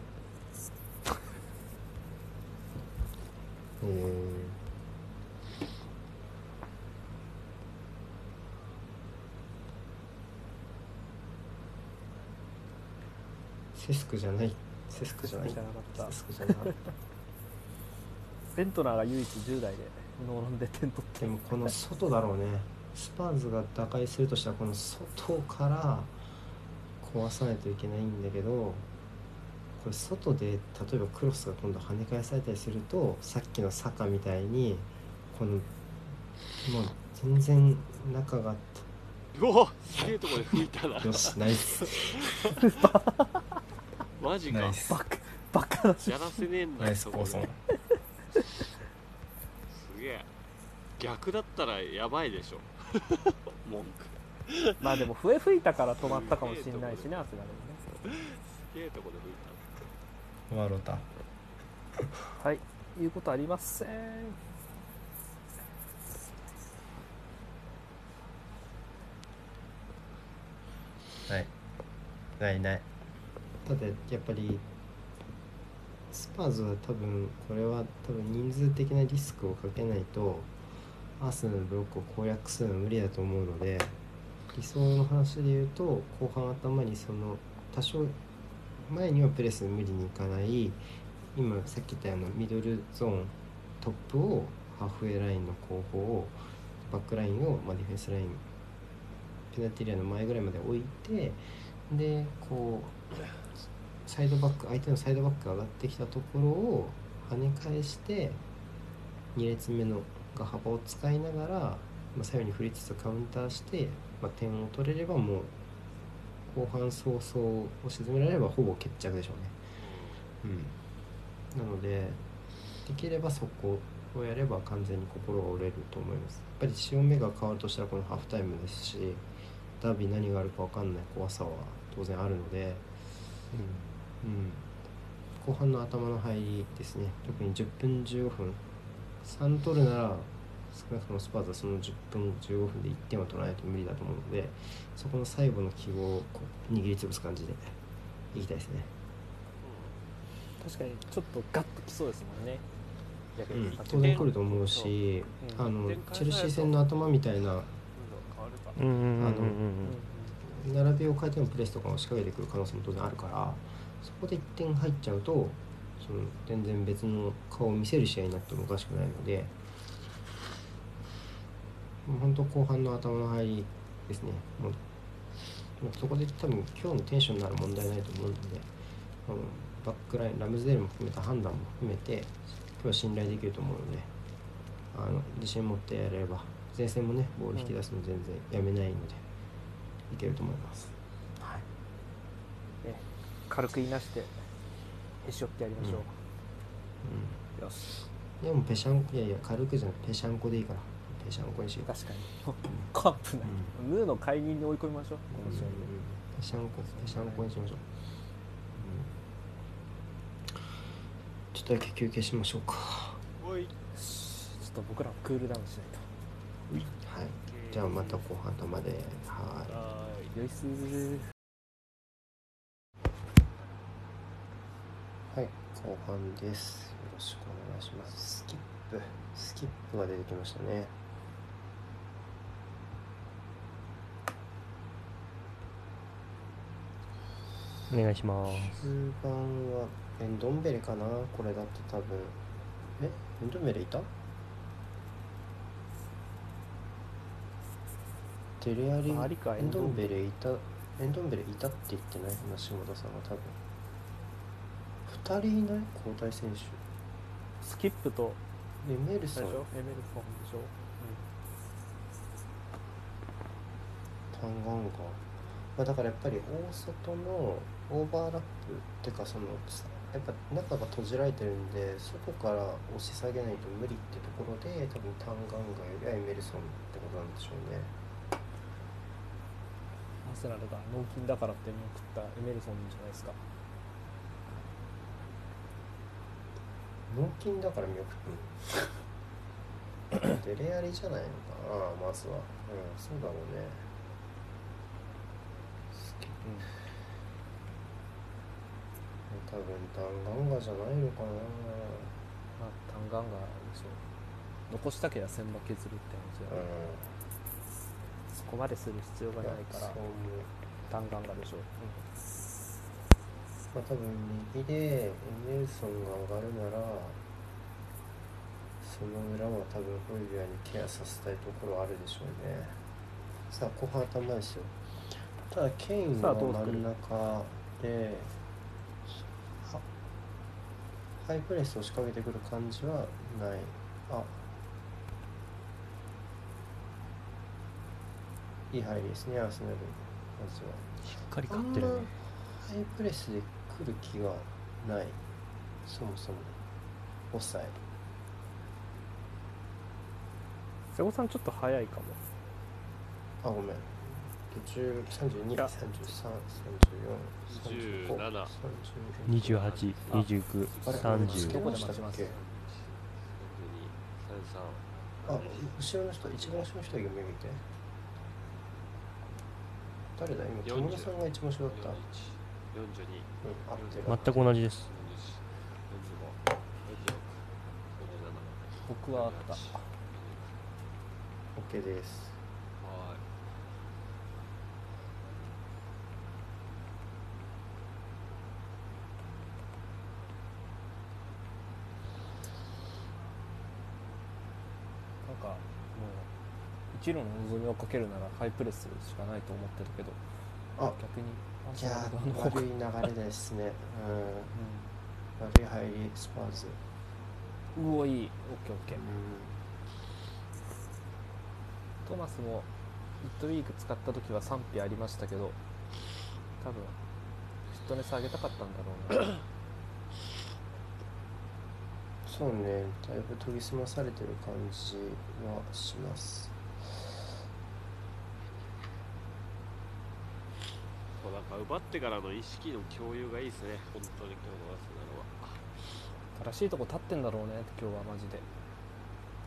えーセスクじゃないセスクじゃないじゃなかったセスクじゃないベントナーが唯一10代でノーロンで点取ってでもこ [laughs] の外だろうねスパーズが打開するとしたらこの外から壊さないといけないんだけどこれ外で例えばクロスが今度跳ね返されたりするとさっきの坂みたいにこのもう全然中がうおすげえとこで吹い [laughs] たなよしナ [laughs] イスマジかやスバカだしらせねえんだナよイスそコこーでソすンげえ逆だったらやばいでしょ [laughs] 文句まあでも笛吹いたから止まったかもしれないしねアーセナルもねすげえとこで吹いたワロタはい、言うことありません。はいないないただやっぱりスパーズは多分これは多分人数的なリスクをかけないとアーセナルのブロックを攻略するのは無理だと思うので理想の話で言うと後半頭にその多少前にはプレス無理にいかない今さっき言ったあのミドルゾーントップをハーフウェイラインの後方をバックラインを、まあ、ディフェンスラインペナルティーエリアの前ぐらいまで置いてでこうサイドバック相手のサイドバックが上がってきたところを跳ね返して2列目のが幅を使いながら、まあ、左右に振りつつカウンターして、まあ、点を取れればもう後半早々を沈められればほぼ決着でしょうね。うん、なのでできればそこをやれば完全に心が折れると思います。やっぱり潮目が変わるとしたらこのハーフタイムですしダービー何があるか分かんない怖さは当然あるので。うん、後半の頭の入りですね特に10分15分3取るなら少なくともスパーズはその10分15分で1点は取らないと無理だと思うのでそこの最後の記号をこう握りつぶす感じでいきたいですね、確かにちょっとガッときそうですもんね逆うにん、当然来ると思うしうんあの展開されたチェルシー戦の頭みたいな変わるかー、うんうんうんうんうんうん並びを変えてのプレスとかを仕掛けてくる可能性も当然あるからそこで1点入っちゃうとその全然別の顔を見せる試合になってもおかしくないのでもう本当後半の頭の入りですねもうもうそこで多分今日のテンションなら問題ないと思うのであのバックラインラムズデールも含めた判断も含めて今日は信頼できると思うのであの自信持ってやれれば前線もねボール引き出すの全然やめないので。いけると思います。はい。軽く言いなして、へし折ってやりましょう。うん、よし。でもペシャンコいやいや軽くじゃないペシャンコでいいからペシャンコにしよう。確かに。カップない。ヌーの解任に追い込みましょう。うんペシャンコペシャンコにしましょう。うん、ちょっとだけ休憩しましょうか。おいちょっと僕らもクールダウンしないと。はい、じゃあまた後半頭ではいはいよいっすーはい、後半です。よろしくお願いします。スキップ、スキップが出てきましたね。お願いします中盤はエンドンベレかな、これだと多分。え、エンドンベレいたテレアリ、ありかエンドンベレいた、エンドンベレいたって言ってない今、下田さんが多分。二人いない交代選手。スキップとエメルソ最ン初、エメルソンでしょ、単眼が、まあ、だからやっぱり大外のオーバーラップっていうかそのやっぱ中が閉じられてるんで外から押し下げないと無理ってところで多分単眼がよりはエメルソンってことなんでしょうねアスナルが納金だからって文句ったエメルソンじゃないですか納金だから見送ってるデレアリじゃないのかなまずはうんそうだろうねすげえ多分弾丸がじゃないのかなまあ単眼がでしょう残したけりゃ千羽削るって話だよね、うんそこまでする必要がないかそらう思う単眼がでしょう、まあ多分右でエメルソンが上がるならその裏は多分ホイビアにケアさせたいところはあるでしょうねさあ後半頭ですよただケインさがあどう真するん中ではハイプレスを仕掛けてくる感じはないあいい入りですねアーセナルまずはしっかりあ勝っんてまるハねイプレスで来る気がないそもそも抑え瀬尾さんちょっと早いかもあごめん途中3233343537 17 28、29、ど30こで待ちますあ後ろの人一番後ろの人夢見て誰だ今友野さんが一番後ろだった、うん、 424344242425合ってる全く同じです僕はあったは OK ですいなんかもう一路の望みをかけるならハイプレスしかないと思ってるけどあ逆にアいや側のー方が、悪い流れですねううん悪い入りスパーズん、うおいいオッケーオッケーうんトマスもミッドウィーク使った時は賛否ありましたけど多分フィットネス上げたかったんだろうなそうね、だいぶ研ぎ澄まされてる感じはします。こうなんか奪ってからの意識の共有がいいですね本当に今日のアスナルは正しいとこ立ってんだろうね今日はマジで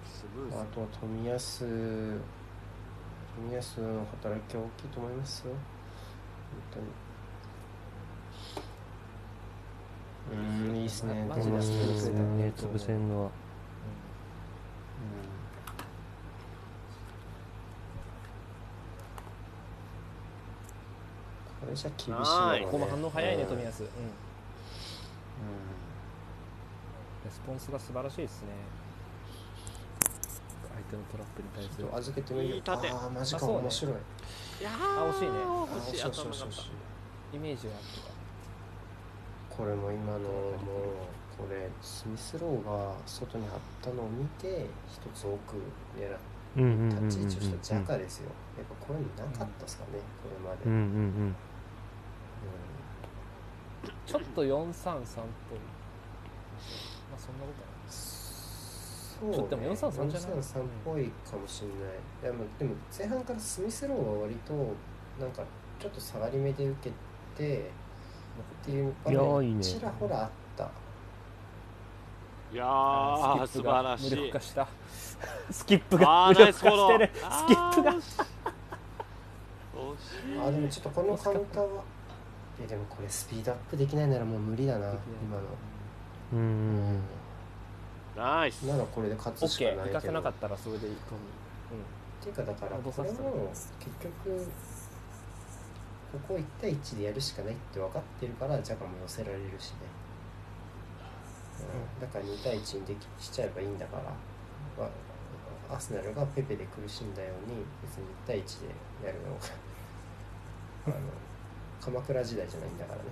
スムーズあと、冨安、冨安の働きは大きいと思いますよ。本当に。うん、いいっすね。マうジで冨安焦ってくれたんねうん潰せんのはこれじゃ厳しいな、はいここも反応早いねうん冨安、うん、レうスポンスが素晴らしいですね相手のトラップに対んすちょるっと預けてみいるい。ああ盾ー、マジあか、そうね面白い。いやあー惜しいね惜しあ惜しいい頭な惜かっしい惜しいイメージはあってたこれも今のもうこれスミスローが外に張ったのを見て一つ奥狙っうんうんうんうんうん立ち位置をしたジャカですよやっぱこれなかったっすかねこれまで、うんううんんうんちょっと433っぽいまあそんなことはないそうねちょっとでも433じゃない433っぽいかもしれないいやまあでも前半からスミスローは割となんかちょっと下がり目で受けてっていう場いやーいい面ねちらほらあったいいやー、スキ素ップが晴らし無い力。化したスキップがあ無ー、ナイ力ス化フォロしてーる。スキップあがー惜しい惜しいあでもちょっとこのカウンターはえでもこれスピードアップできないならもう無理だな今のううんんナイス。ならこれで勝オつッしかケないけー行どかせなかったらそれでいいと思っていうかだから戻こされせたらも結局ここ1対1でやるしかないって分かってるからジャガも寄せられるしね、うん、だから2対1にできしちゃえばいいんだから、まあ、アーセナルがペペで苦しんだように別に1対1でやるのがあの鎌倉時代じゃないんだからね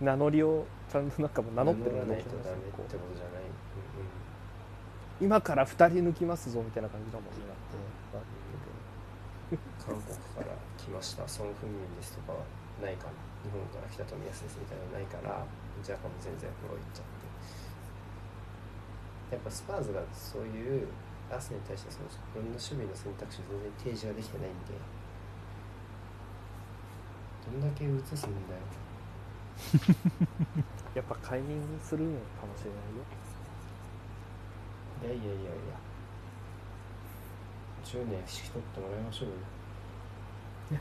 う名乗りをちゃんとなんかもう名乗ってるらよなねいとダメってことじゃない、うんうん今から二人抜きますぞみたいな感じだもんねなんか韓国から来ましたソン・フンミンですとかはないから日本から来た富安ですみたいなのないからジャカも全然フロいっちゃってやっぱスパーズがそういうアーセナルに対してその自分の守備の選択肢を全然提示ができてないんでどんだけ移すんだよやっぱ解任するのかもしれないよいやいやいやいや10年引き取ってもらいましょうよ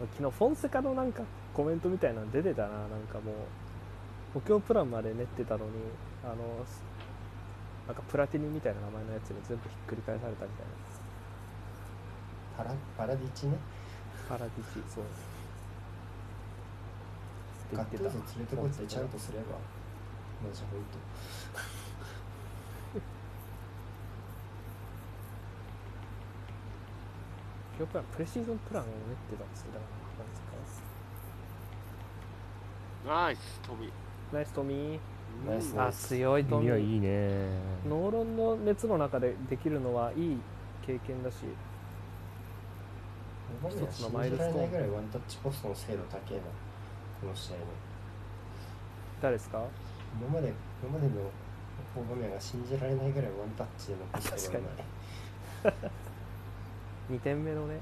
昨日フォンセカのなんかコメントみたいなの出てたななんかもう補強プランまで練ってたのにあのなんかプラティニみたいな名前のやつに全部ひっくり返されたみたいパなラパラディチねパラディチそうって言ガっッてツたーズ連れてこいってちゃんとすればマジ本当補強プランプレシーズンプランを練ってたんですけどだからフォナインセス、飛び。カナイストミーナイスあ強いトミいやーいいねノーロンの熱の中でできるのはいい経験だし一つのマイルストーン信じられないぐらいワンタッチポストの精度高えなこの試合の誰ですか今まで今までの大場面が信じられないぐらいワンタッチで残してるような2点目のね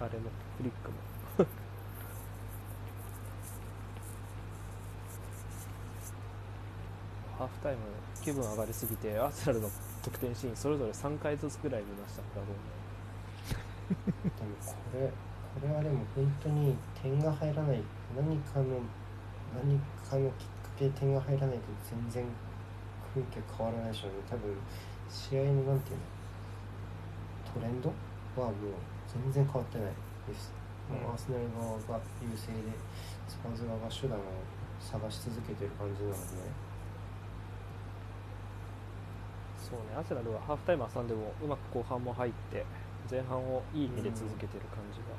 あれもフリックも [laughs] ハーフタイム気分上がりすぎてアーセナルの得点シーンそれぞれ3回ずつぐらい見ましたからどうもでもこれこれはでも本当に点が入らない何かの何かのきっかけで点が入らないと全然雰囲気が変わらないでしょうね多分試合のなんていうのトレンドはもう全然変わってないです、もうアーセナル側が優勢でスパーズ側が手段を探し続けてる感じなので、そうねアーセナルはハーフタイム挟んでもうまく後半も入って前半をいい意味で続けてる感じが、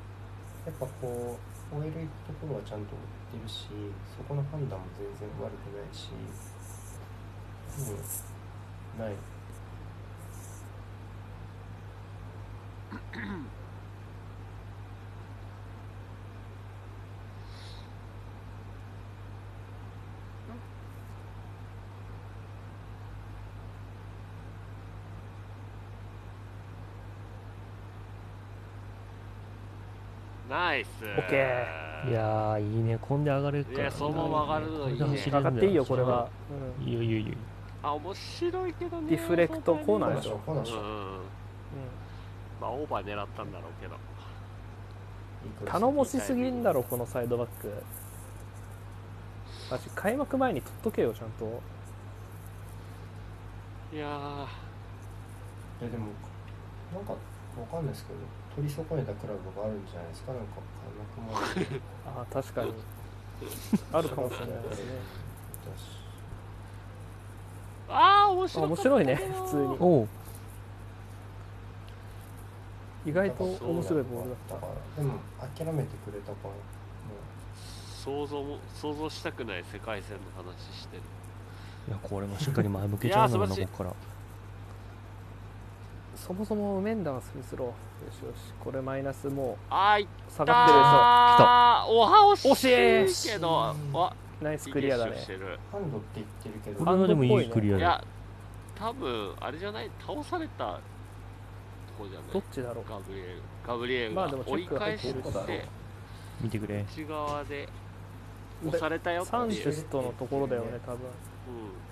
やっぱこう終えるところはちゃんと追ってるしそこの判断も全然悪くないしうんないナイス。オッケーいやーいいねこんで上がれるからいやそのまま上がるのいいねこれで走れ上るんだがっていいよこれは、うんいいよいいよいいよあ、面白いけどね。ディフレクトコーナーでしょこうなんでしうょん。まあ、オーバー狙ったんだろうけど。う頼もしすぎんだろこのサイドバック私開幕前に取っとけよちゃんといいやー、やでもなんかわかんないですけど取り損ねたクラブがあるんじゃないですかなんか開幕前にああ確かに [laughs] あるかもしれないですねあー、面あ白い。面白いね普通におう意外と面白いボールだだからでも諦めてくれたからも想像も、想像したくない世界線の話してる。いやこれもしっかり前向けちゃうのかやなー素晴らしいここからそもそもメンダースミスローよしよしこれマイナスもあー、いっう下たがってるでしー。ょおは惜しいけど惜し、いわ、ナイスクリアだねいいゲッシュしてる。うハンドって言ってるけどこれはでもいいクリアいだや、多分あれじゃない、倒されたとこじゃなどっい、ちだろうガブリエル。ガブリエルまがあでもチ折りェックが入返ってしるて、から内見てくれ側で押されたよってサンチいう、うェん、スとのところだよね多分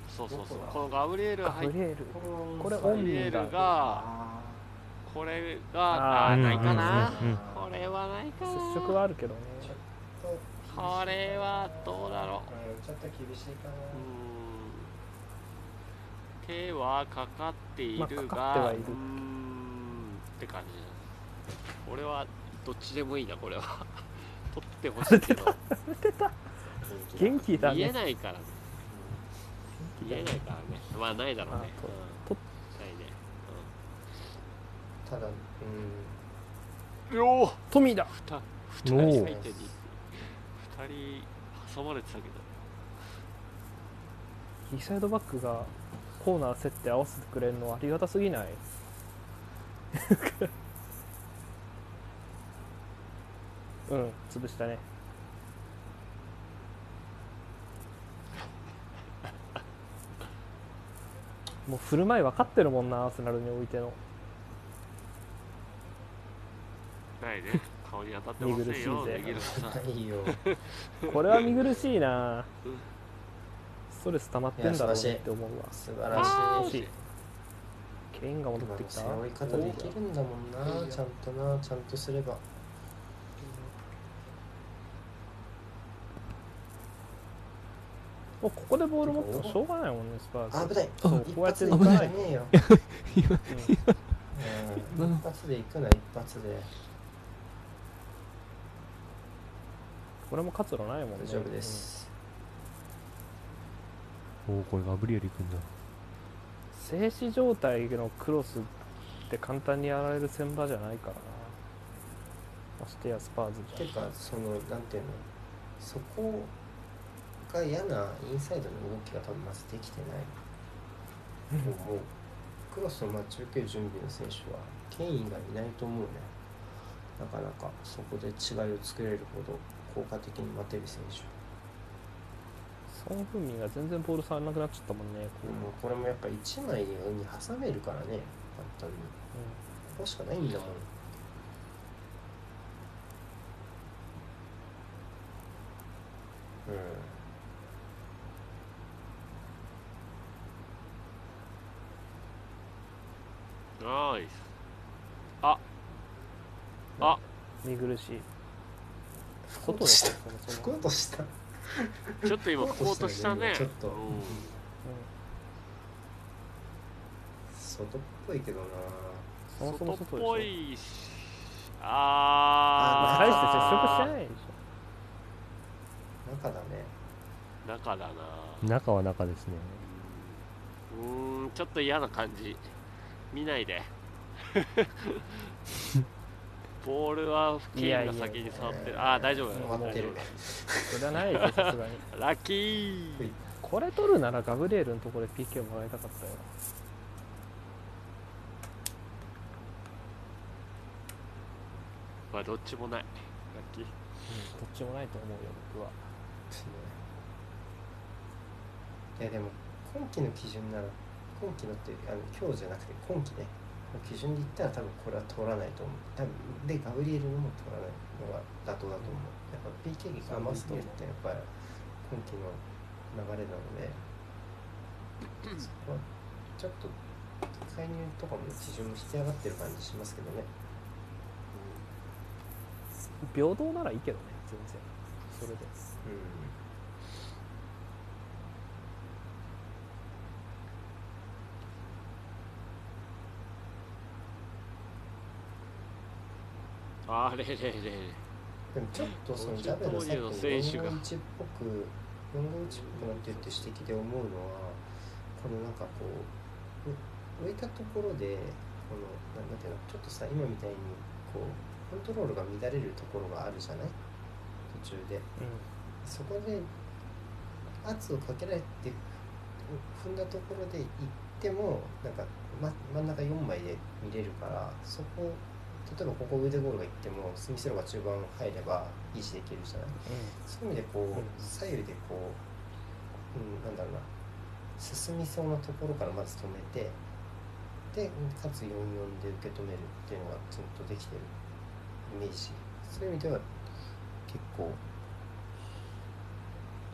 そうそうそうこのガブリエルがガ入っブリエルここれガオブンリリエールだがあこれがああーーないかな、うんうんうんこれはないかな接触はあるけどねこれはどうだろうちょっと厳しいかなうーん手はかかっているが、まあかかってはいるうーんって感じだね俺はどっちでもいいなこれは [laughs] 取ってほしい [laughs] けど元気だ見えねないからね元見気だえねないからねまあないだろうねあとうんとないねただうんうんよー富だふた二お人ー相手に二人挟まれてたけど右サイドバックがコーナー競って合わせてくれるのはありがたすぎない [laughs] うん潰したねもう振る舞い分かってるもんなアーセナルにおいてのないね顔に当たってませんよ見で苦しいぜきるさんないよこれは見苦しいなストレス溜まってんだろうねって思うわ素晴らしいあーしいケインが戻今ってのきた背負い方できるんだもんなちゃんとなちゃんとすればおここでボール持ってもしょうがないもんねスパーズあ危ないそう一こうやって発で行抜かかなないいね [laughs] えようん一発で行くな一発でこれも活路ないもんね大丈夫ですおおこれガブリエル行くんだうん静止状態のクロスって簡単にやられる戦場じゃないからなましてやスパーズてじゃんかそのなんていうのそこが嫌なインサイドの動きが多分まずできてないと思うクロスを待ち受ける準備の選手はケインがいないと思うねなかなかそこで違いを作れるほど効果的に待てる選手ソン・フンミンが全然ボール触らなくなっちゃったもんねこでもこれもやっぱ1枚に挟めるからね簡単にここしかないんだもんうんナイスう見苦しい吹こうと外でしたそ吹もそこもうとしたちょっと今吹こうとしたね。ちょっとうん外っぽいけどなそもそ外もっ外でしょぽいし。あ大して接触しあ。てないでし中だね中だな。中は中ですねうーん、ちょっと嫌な感じ。見ないで。ボールはケインが先に触ってる。ああー、大丈夫。終わってるょそれはないでしょさすがにラッキー。これ取るならガブリエルのところで PK もらいたかったよまあ、どっちもない。ラッキー。どっちもないと思うよ僕はですねいやでも今期の基準なら今期のってあの今日じゃなくて今期ねの基準で言ったら多分これは通らないと思う多分でガブリエルのも通らないのが妥当だと思うやっぱ PK が余すと思ってやっぱり今期の流れなのでそこはちょっと介入とかも基準も引き上がってる感じしますけどね平等ならいいけどね全然それでうんああ、れれれれ。でもちょっとそのジャベルさっきの4が1っぽく4が1っぽくなってるって指摘で思うのはこのなんかこうう浮いたところでこのなんなんていうのちょっとさ今みたいにこうコントロールが乱れるところがあるじゃない途中でそこで圧をかけられて踏んだところで行ってもなんか、ま、真ん中4枚で見れるからそこ例えばここ腕ゴールが行ってもスミスローが中盤入れば維持できるじゃないそういう意味でこう、ん左右でこう、うん、なんだろうな進みそうなところからまず止めてでかつ44で受け止めるっていうのがちゃんとできてるイメージそういう意味では結構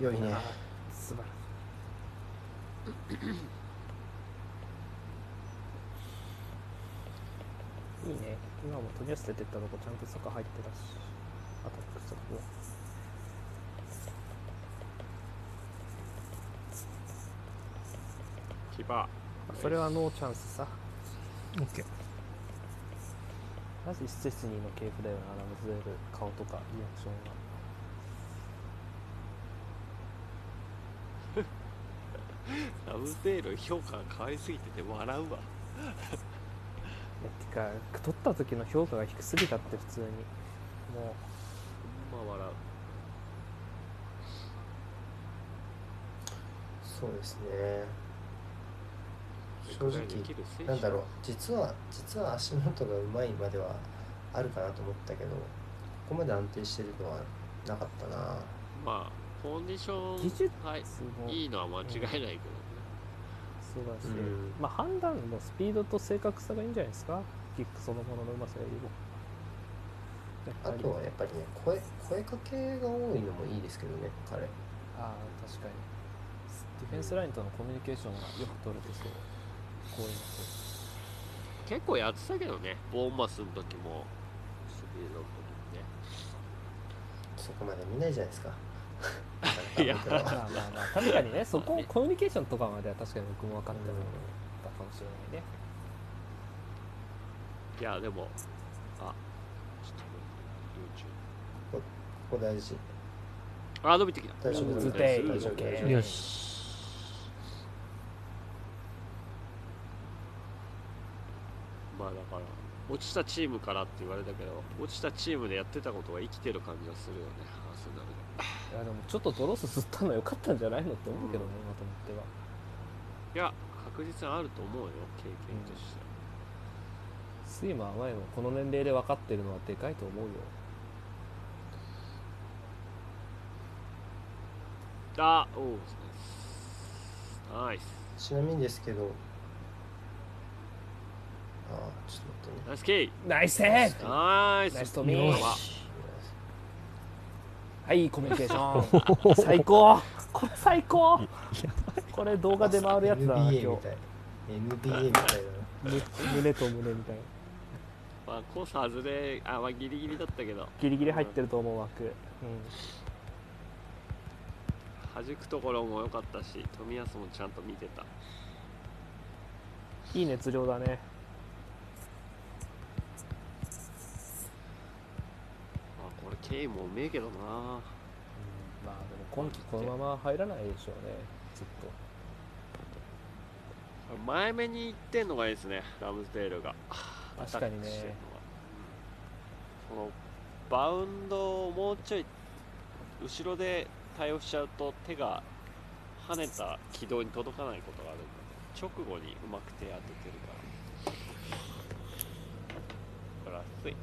良いね素晴らしいいいね今も取り捨ててったとこちゃんと坂入ってたしアタックしたとこキーパそれはノーチャンスさオッケーまず一節にの系譜だよなラムズエル顔とかリアクションがーラムズデール評価が変わりすぎてて笑うわえてか取った時の評価が低すぎたって普通にもほんま笑うそうですね正直できる選手なんだろう実は実は足元がうまいまではあるかなと思ったけどここまで安定してるのはなかったなまあコンディション技術はいうすごいいいのは間違いないけどね素晴らしうい、んまあ判断のスピードと正確さがいいんじゃないですかキックそのもののうまさよりもやあっぱりとはやっぱりね声声かけが多いのもいいですけどね彼ああ確かにディフェンスラインとのコミュニケーションがよく取れてそうこういうのって結構やってたけどねボーンマスの時もスピードの時もねそこまで見ないじゃない [laughs] ですかいやなかなか僕らはまあまあまあ確かに [laughs] ねそこまあをねコミュニケーションとかまでは確かに僕も分かってなかったかもしれないねいやでもあちょっと待ここ大って事 YouTube あ伸びてきた大丈夫うん大丈夫大丈夫大丈夫大大丈丈夫夫よしまあだから落ちたチームからって言われたけど落ちたチームでやってたことが生きてる感じがするよねアーセナルがいやでもちょっとドロス吸ったのよかったんじゃないのって思うけどね、今と思ってはいや確実にあると思うよ経験として、スイマー前のこの年齢で分かってるのはでかいと思うよあおうナイスちなみにですけどああちょっと待ってねナイスキーナイスセーフナイスナイストミよーしはいコミュニケーション [laughs] 最高これ最高これ動画出回るやつだな NBA 今みたい NBA みたいだな日胸と胸みたいなまあコース外れあまあギリギリだったけどギリギリ入ってると思う枠、うん、弾くところも良かったし冨安もちゃんと見てたいい熱量だねまあこれケインもうめえけどなまあでも今季このまま入らないでしょうねずっと前目に行ってんのがいいですねラムズデールが確かアにねタックしてんのがそのバウンドをもうちょい後ろで対応しちゃうと手が跳ねた軌道に届かないことがあるんだけど直後にうまく手当ててるからこれ熱いか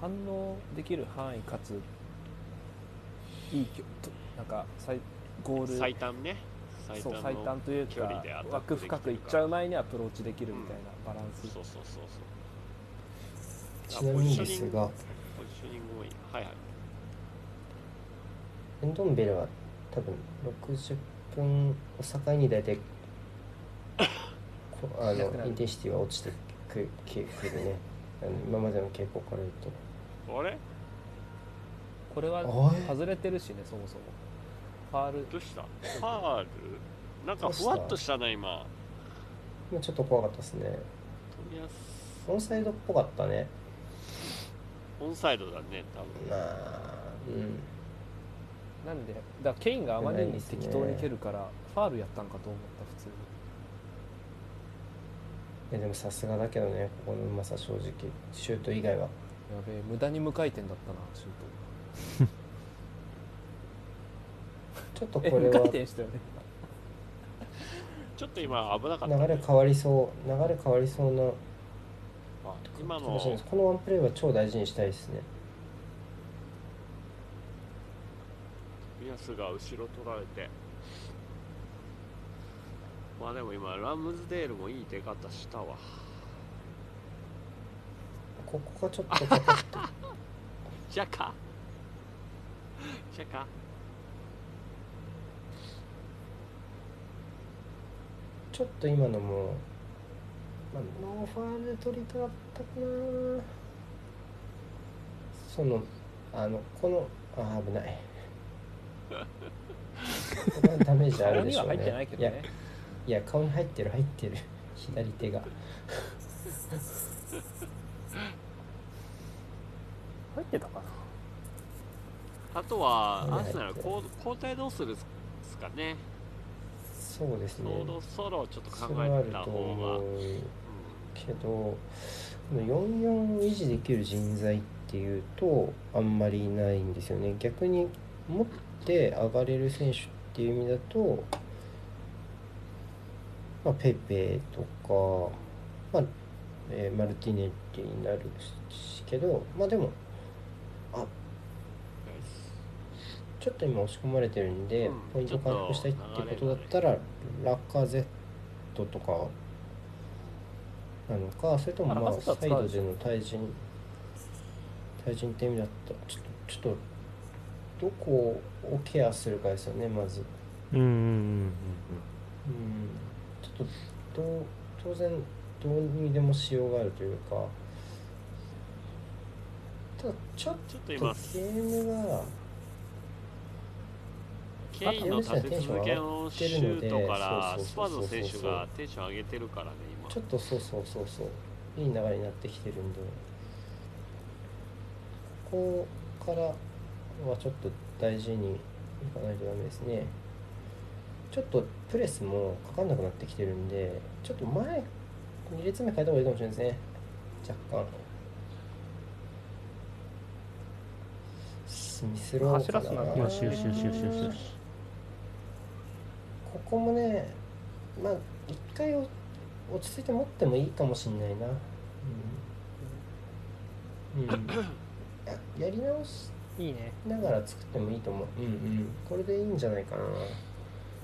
反応できる範囲かついいきょとなんか最ゴなール最短ね最そう短の最短という距離かでアタックで枠きてるから深くいっちゃう前にアプローチできるみたいなバランス、そうそうそうそうちなみにですがポジショニングもいいはいはいエンドンベルは多分60分を境に大体こあなくなのるインテンシティは落ちてくくくるね [laughs] あの今までの傾向から言うとあれこれはおい外れてるしねそもそもファールど [laughs] うしたファールなんかふわっとしたな今今ちょっと怖かったですね冨安オンサイドっぽかったねオンサイドだね多分まあうんなんでだからケインがあまりに適当に蹴るからファールやったんかと思った普通にいやでもさすがだけどねここのうまさ正直シュート以外はやべえ無駄に無回転だったなシュートちょっとえこれ無回は転したよねちょっと今危なかった流れ変わりそう流れ変わりそうなまあ気今がしまのすこのワンプレーは超大事にしたいですね冨安が後ろ取られてまあでも今ラムズデールもいい出方したわここがちょっとかかっジャカジャカちょっと今のも、まあ、ノーファールで取りたかったかなそのあのこのあ危ないこれはダメージあるでしょうね顔には入ってないけどねいやいや顔に入ってる入ってる左手が入ってたかなあとははいアーセナルこう交代どうするっすかねそうですちねょうどソロをちょっと考それはあえるてたと方が、思う、うんけどこの44を維持できる人材っていうとあんまりいないんですよね逆に持って上がれる選手っていう意味だと、まあ、ペペとか、まあえーマルティネッリになるしけどまあでもあちょっと今押し込まれてるんで、うんポイント回復したいってことだったらラカゼットとかなのかそれともまあラカゼットあサは使イうドでしでょの対人対人って意味だったらちょっとちょっとどこをケアするかですよねまず。うんうんうんうんちょっとどう当然どうにでもしようがあるというかただちょっちょっととゲ今ームがケインの立て続けのシュートからそうスパそうーズそうそうの選手がテンション上げてるからね今ちょっとそうそうそうそういい流れになってきてるんでここからはちょっと大事にいかないとダメですねちょっとプレスもかかんなくなってきてるんでちょっと前2列目変えた方がいいかもしれないですね若干スミスローか走らすなうんよしよしよしよしよしよしここもねまあ一回お落ち着いて持ってもいいかもしんないなうん、 [coughs] うん、ややり直しいいねながら作ってもいいと思ううんうんこれでいいんじゃないかな落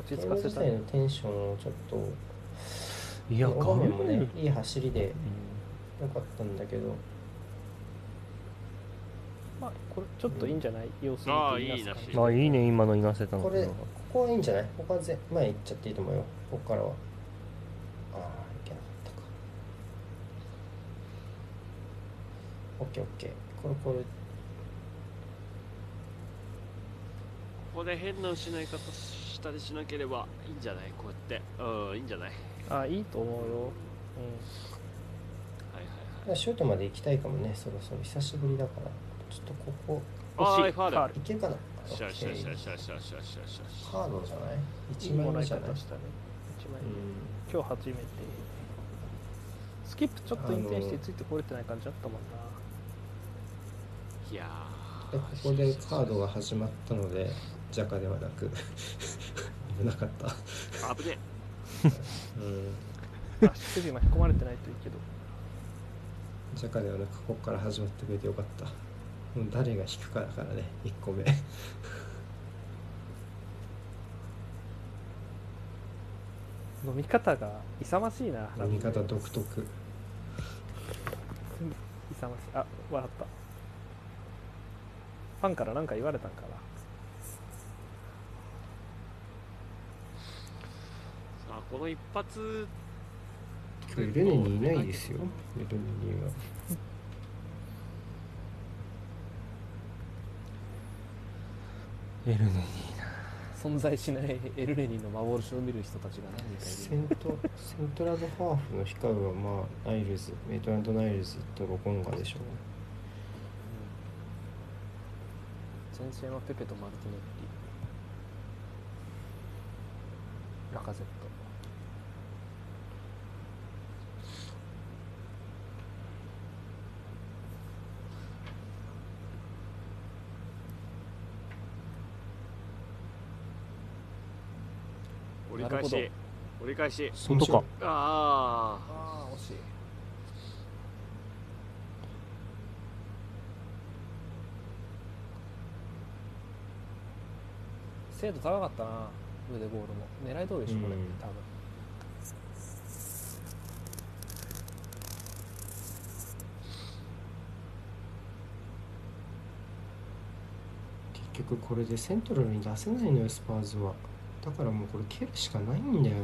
ゲちー着ムかせ自た体いのテンションをちょっといや場顔面面ももねねいい走りでうよかったんだけどまあこれちょっといいんじゃない様子見ああてみますいかいなしんあいいね今のいなせたのこれここはいいんじゃないここはぜ前行っちゃっていいと思うよここからはああいけなかったかオッケーオッケーこれこれここで変な失い方したりしなければいいんじゃないこうやってうんいいんじゃないああいいと思うよ、うはん、いはいまあシュートまで行きたいかもねそろそろ久しぶりだからちょっとここはいあ惜しあいファールいけるかなよしよしオよッしケーよしよしよしよしよしよしカードじゃないい一い枚もら目いじゃ方ないうんしたね一枚今日初めてスキップちょっと運転してついてこれてない感じあったもんないやでーここでカードが始まったのでジャカではなく危なかった危ねうんあしくじ巻き込まれてないといい [laughs] けどジャカではなくここから始まってくれてよかったもう誰が引くかだからね1個目飲み方が勇ましいな飲み方独特勇ましいあ笑ったファンから何か言われたんかなあこの一発今日ルネにいないですよルネにはエルネに存在しないエルレニーの幻を見る人たちが [laughs] 何セントセントラドハーフの光はまあナイルズメイトランドナイルズとロコンガでしょう前線はペペとマルティネッリラカゼット折り返なしる折り返し外かああああ惜しい精度高かったな腕ゴールも狙い通りでしょこれ、うん多分結局これでセントラルに出せないのよスパーズはだからもうこれ蹴るしかないんだよ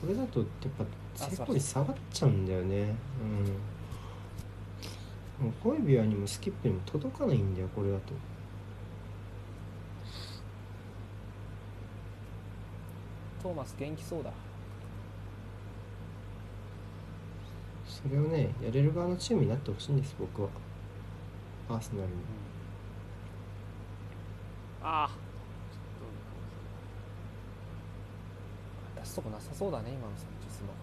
これだととやっぱセコイ下がっちゃうんだよねうんもうコイビアにもスキップにも届かないんだよこれだとトーマス元気そうだそれをねやれる側のチームになってほしいんです僕はアーセナルにああ出すとこなさそうだね今のサンチェスの考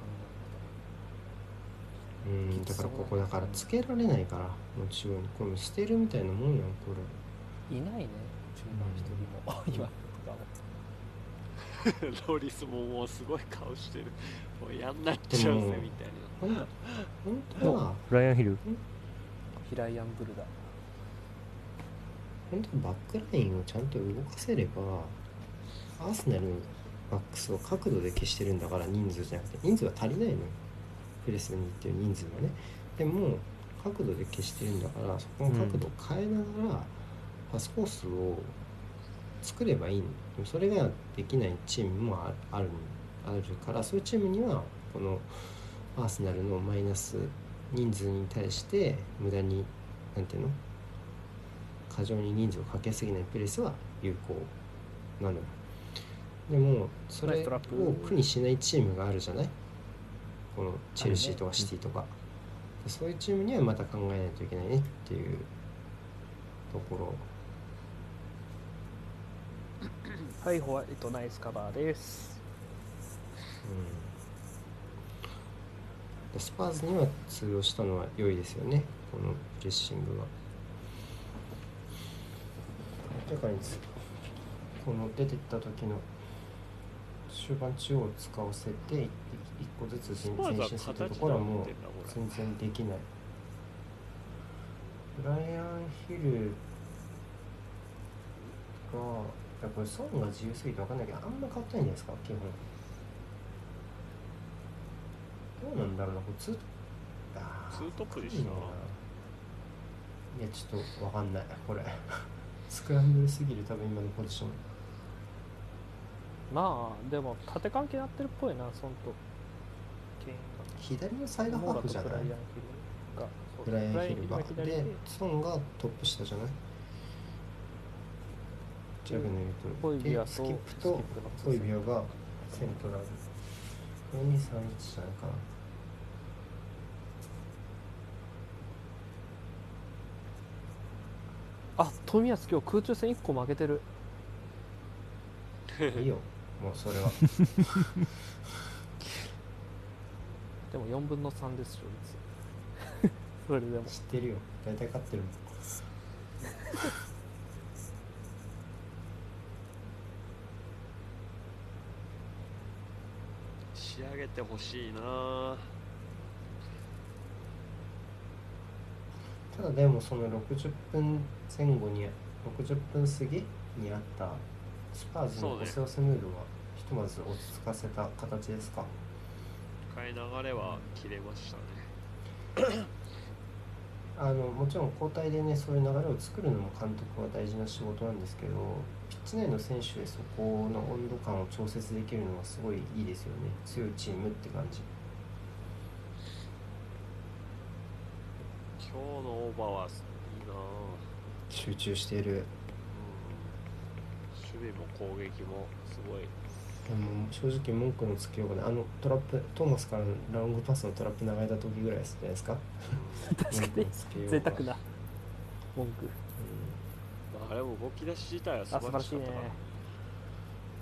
うんだからここだからつけられないからもちろんこの捨てるみたいなもんやんこれえいないね中盤一人も [laughs] 今とかも [laughs] ロリスももうすごい顔してるもうやんなっちゃうぜみたいなほん本当はライアンヒルヒライアンブルだ本当はバックラインをちゃんと動かせればアーセナルのバックスを角度で消してるんだから人数じゃなくて人数が足りないのよプレスに行ってる人数がねでも角度で消してるんだからそこの角度を変えながらパスコースを作ればいいのでもそれができないチームもああるあるからそういうチームにはこのアーセナルのマイナス人数に対して無駄になんていうの過剰に人数をかけすぎないプレスは有効なのよでもそれを苦にしないチームがあるじゃないこのチェルシーとかシティとか、そういうチームにはまた考えないといけないねっていうところはい、ホワイトナイスカバーです。うんでスパーズには通用したのは良いですよねこのプレッシングはだからこの出てった時の終盤中央を使わせて1個ずつス前パー前ズは進する形とだってころはもうなこれ全然できないブライアン・ヒルがいやこれソンが自由すぎて分かんないけどあんま変わってないんじゃないですか基本どうなんだろうなこれツーあーツートップでしたいやちょっと分かんないこれスクランブルすぎる多分今のポジションまあ、でも、縦関係なってるっぽいな、そんと。ケイン左のサイドがハモーーラフとじゃブなライいアンヒルが。そうブライアン・ヒルブがライアンヒルが左でで、ソンがトップ下じゃないジャグの言うとホイビアとでスキップスキッとプのホイビアがセントラル4 2 3 1じゃないかなあ、冨安今日空中戦1個負けてる。 [laughs] いいよもうそれはでも4分の3です、勝率。それでも。知ってるよ大体勝ってるもん仕上げてほしいなぁただでもその60分前後に60分過ぎにあったスパーズのそうね押せ押せムードはひとまず落ち着かせた形ですか一回流れは切れましたねあのもちろん交代でねそういう流れを作るのも監督は大事な仕事なんですけどピッチ内の選手でそこの温度感を調節できるのはすごいいいですよね強いチームって感じ今日のオーバーはいいなぁ集中してるうん守備も攻撃もすごいでも正直文句のつけようがないあのトラップトーマスからのロングパスのトラップ流れた時ぐらいですじゃないですか確かに贅沢な文句。まああれも動き出し自体は素あ、素晴晴ららししいかっね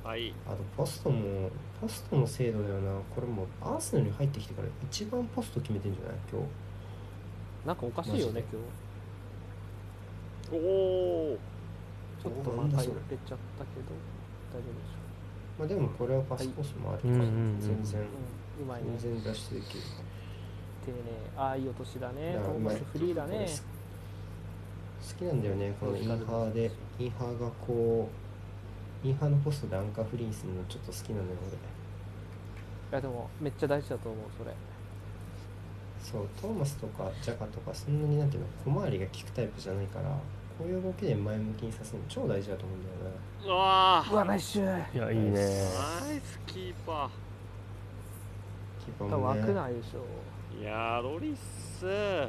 た。はいあとポストもポストの精度だよなこれもうアーセナルに入ってきてから一番ポスト決めてんじゃない今日なんかおかしいよね、今おお日。ちょっとおーまなんただ入それれちゃったけど、大丈夫でしまあでもこれはパスコースもあるから、はいうんうんうん全然、ょう。うん、うまいね。全然出してできる丁寧。ああ、いい落としだね。いやトーマスフリーだこれね。好き好きなんだよねこのインハーでインハーがこうインハーのポストでアンカーフリーにするのちょっと好きなのよ俺いや、でも、めっちゃ大事だと思う、それ。そうトーマスとかジャカとかそんなになんていうの小回りが効くタイプじゃないからこういう動きで前向きにさせるの超大事だと思うんだよねうわうわ、ナイスシューいやいいねーナイスキーパーゴ多分ム枠ねないでしょいやーロリス止め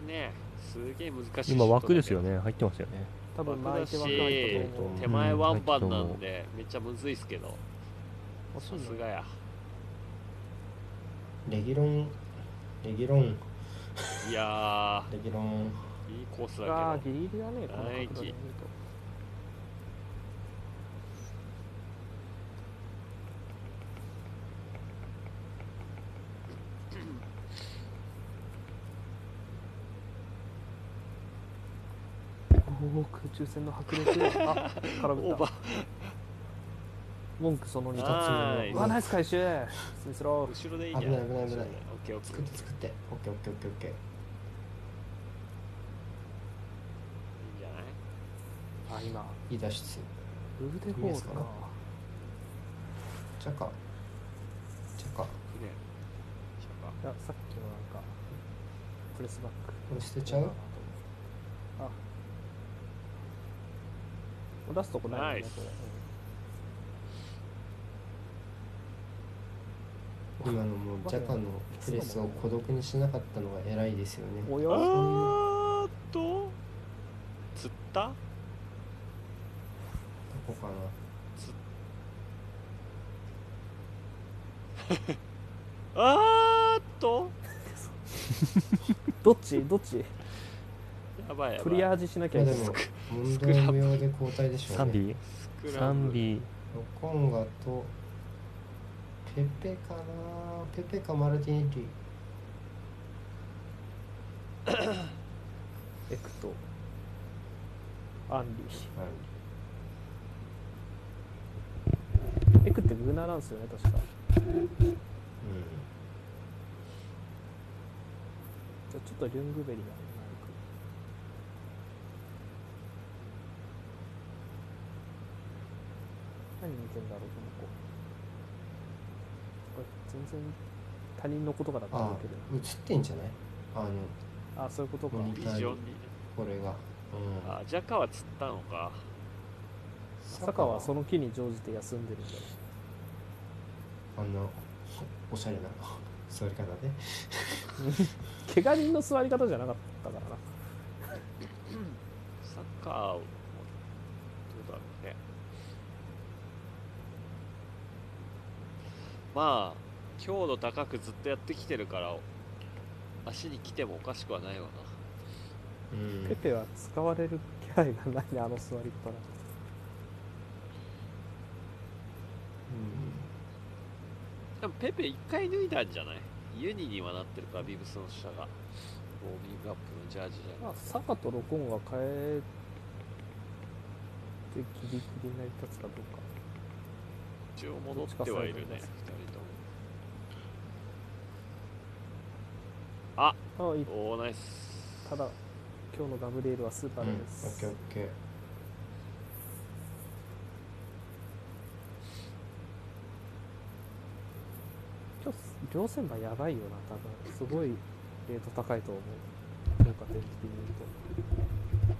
るねすげえ難しい今枠ですよねね入ってますよね多分枠巻だいてし枠入ったと思う手前ワンパンなんでめっちゃむずいっすけどあそさうなんすだがやレギロンレギロンいやレギロンーいいコースあだあギリギリだねこの角ナイ度キで見るとおお空中戦の迫力あけど空オ振っーバたー文句その2つナイ目スうわナイス回収スミスロー後ろでいいんじゃない危ない危ない危ない後ろでオッケーオッケ作ーって作ってオッケーオッケーオッケーオッケーいいんじゃないあ今いい脱出腕ゴールかなチャカチャカこ船しようかいやさっきのなんかプレスバックれ捨てちゃう出すとこないよナねイスこれ今のもうジャカのプレスを孤独にしなかったのが偉いですよねおあよーっと釣ったどこかなあーっとどっちどっちやばいやばいクリアージしなきいゃやいでけもない問題無用で交代でしょう賛ね美スクラン賛ブル美ロコンガとペペかなペペかマルティネリエクトアンリエクってグナなんですよね確かうじゃあちょっとリュングベリーが何見てんだろうこの子これ全然他人のことからん、あ考えてる映ってんじゃないあのなあそういうことかうんビジョンにこれが、うん、あジャカは釣ったのか坂はその木に乗じて休んでるんだよあのおしゃれな [laughs] 座り方で怪我人の座り方じゃなかったからなサッカーをどうだろうねまあ強度高くずっとやってきてるから足に来てもおかしくはないわなうんペペは使われる気配がないねあの座りっぱなでもペペ一回脱いだんじゃないユニにはなってるからビブスの下がウォーミングアップのジャージじゃまあ、サカとロコンが変えてギリギリ成り立つかどうか一応戻ってはいるね2人ともああいいおおーナイスただ今日のガブリエルはスーパうん、オーッです、ケーオッケー今日両センバーやばいよな多分すごいレート高いと思う効果的に言うと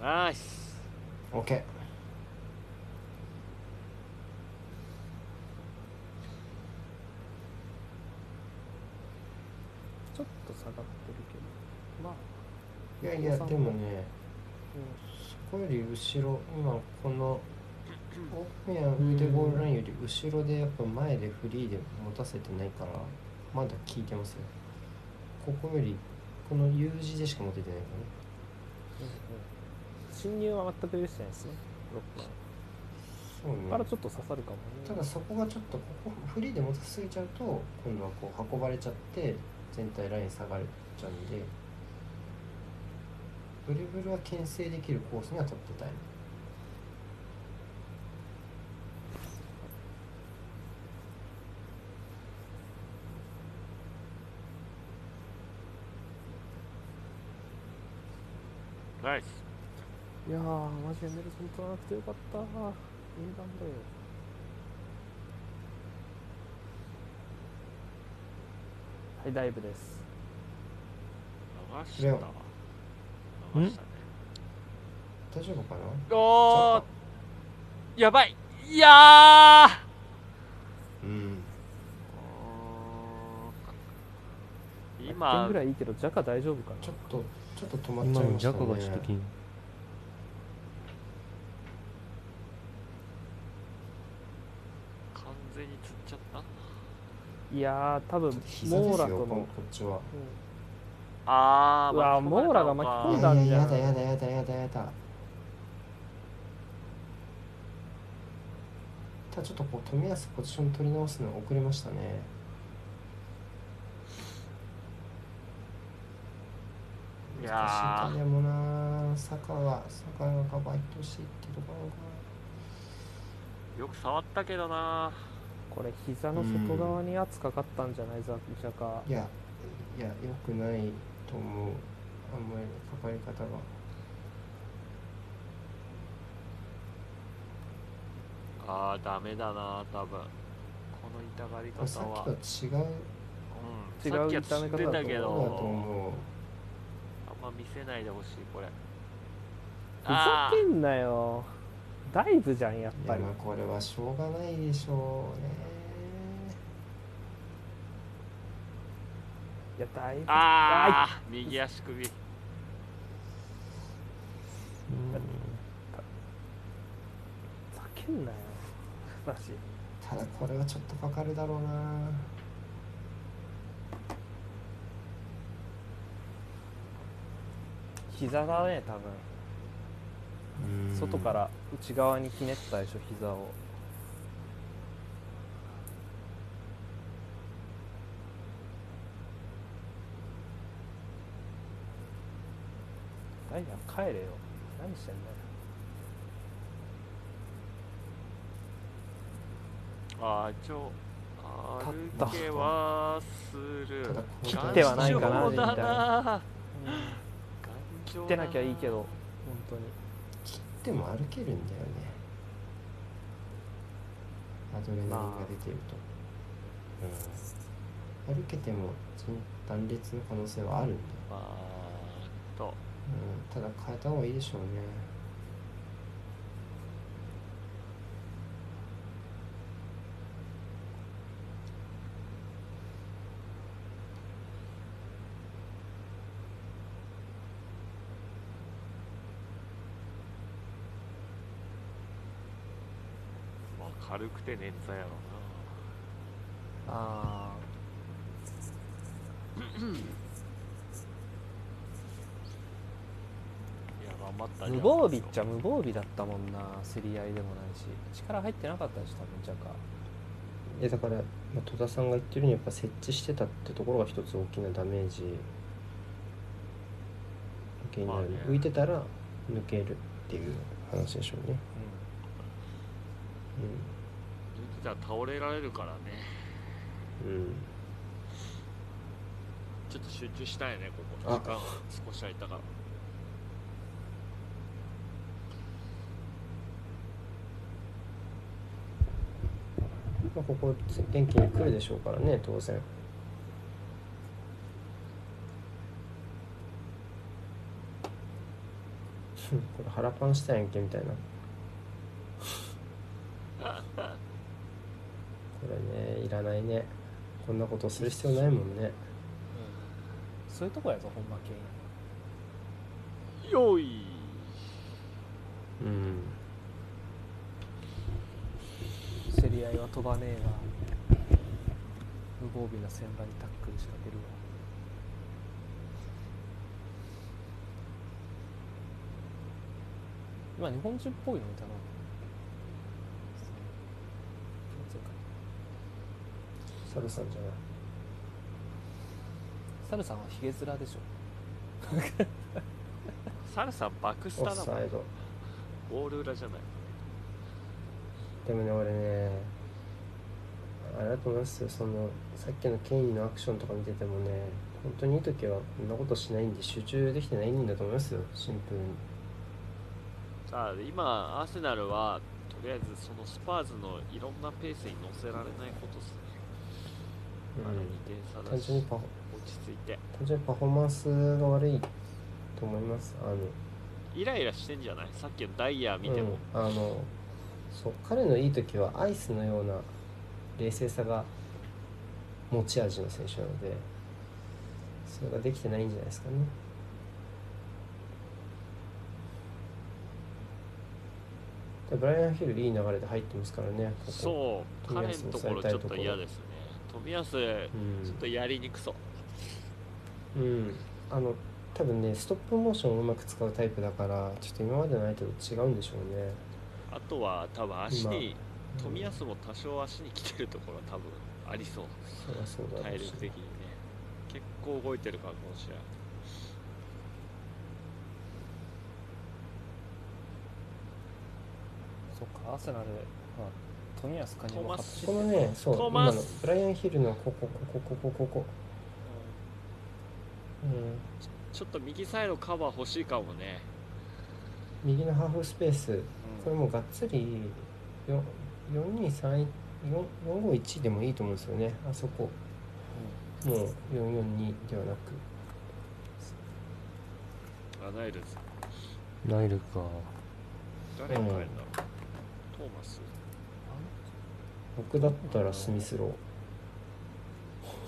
ナイスオッケーちょっと下がってるけどまあ、いやいやでもねうそこより後ろ今このオープンや腕ゴールラインより後ろでやっぱ前でフリーで持たせてないからまだ効いてますよここよりこの U 字でしか持ててないかんうんうん、侵入は全く許してないですねロックらはねそかうらねちょっと刺さるかもねただそこがちょっとここフリーで持たせすぎちゃうと今度はこう運ばれちゃって全体ライン下がれちゃうんでブルブルは牽制できるコースには取ってたいナイスいやーマジでメルソン取らなくてよかったインバウンドよはいダイブです流したわ流したね大丈夫かなおーっやばいいやうーん今点ぐらいいいけど、ジャカ大丈夫かなちょっとちょっと止まっち今ゃいのましジたャねカがしてきん完全に釣っちゃったいやー、多分膝ですモよーラとこのこ、っちはあーうわー巻き込まれたモーラがのか巻きい込やんだいやじゃやんだやだやだやだやだただちょっとこう冨安ポジション取り直すの遅れましたねい難しやいとでもな坂は坂がカバーしてほしいってところかーよく触ったけどなこれ、膝の外側に圧かかったんじゃない、ザジャカ。いやいやよくないと思うあんまりかかり方があーダメだな多分この痛がりあさ方はっきとは違ううん、さっきは釣ってたけ違う痛め方だ方だととど思うあんま見せないでほしいこれふざけんなよ。ダイブじゃん、やっいぱやりま。あこれはしょうがないでしょうねいや、ダイブ。あーあー右足首ふざけんなよ。マジ。ただこれはちょっとかかるだろうな膝だね、多分。外からら内側にひねったでしょ膝をダイアン帰れよ何してんだよあー一応歩けはするただ切ってはないかな頑丈だな頑丈だ来てなきゃいいけど本当にでも歩けるんだよねアドレナリンが出てると、うん歩けてもその断裂の可能性はあるんだよ、まあとうん、ただ変えた方がいいでしょうねまあ軽くて捻挫やろあうないや頑張ったあじゃん無防備っちゃ無防備だったもんな競り合いでもないし力入ってなかったでしょ多分ジャカえだから、まあ、戸田さんが言ってるようにやっぱ設置してたってところが一つ大きなダメージ原因になる、まあね浮いてたら抜けるっていう話でしょうね、言ってたら倒れられるからねうんうん、ちょっと集中したいねこあこ時間少し空いたからまあ、ここ元気に来るでしょうからね当然ふんこれ腹パンしたやんけみたいなこれねいらないねこんなことする必要ないもんねそういうとこやぞ本間健よいうん競り合いは飛ばねえな無防備な戦場にタックル仕掛けるわ今日本人っぽいの見たなサルさんじゃないサルさんはヒゲ面でしょサルさんバックスオタフーだサイドもんゴール裏じゃないでもね俺ねあれだと思いますよそのさっきのケインのアクションとか見ててもね本当にいい時はこんなことしないんで集中できてないんだと思いますよシンプルにさあ今アーセナルはとりあえずそのスパーズのいろんなペースに乗せられないことですね、まだ2点差だ単し純に落パフォち着いて単純にパフォーマンスが悪いと思いますあのイライラしてんじゃないさっきのダイヤ見てうも、んあのそう彼のいい時はアイスのような冷静さが持ち味の選手なのでそれができてないんじゃないですかね。でブライアン・ヒルいい流れで入ってますからね。ここそう彼のところちょっと嫌ですね冨安ちうんょっとやりにくそううん、あの多分ねストップモーションをうまく使うタイプだからちょっと今までの相手と違うんでしょうねあとは多分足に今うん冨安も多少足に来てるところは多分ありそうそりゃそうだろ体うし力的にね結構動いてるからこの試合そっか、アーセナル、まあ、富安加入も初失こ点のねそうトー今マのスブライアン・ヒルのここここここここ、うん、ちょっと右サイドカバー欲しいかもね右のハーフスペースこうれんもうがっつりよ4234 451でもいいと思うんですよねあそこもう442ではなくあナイルズナイルか誰がうん変えるんだろうトーマス僕だったらスミスロー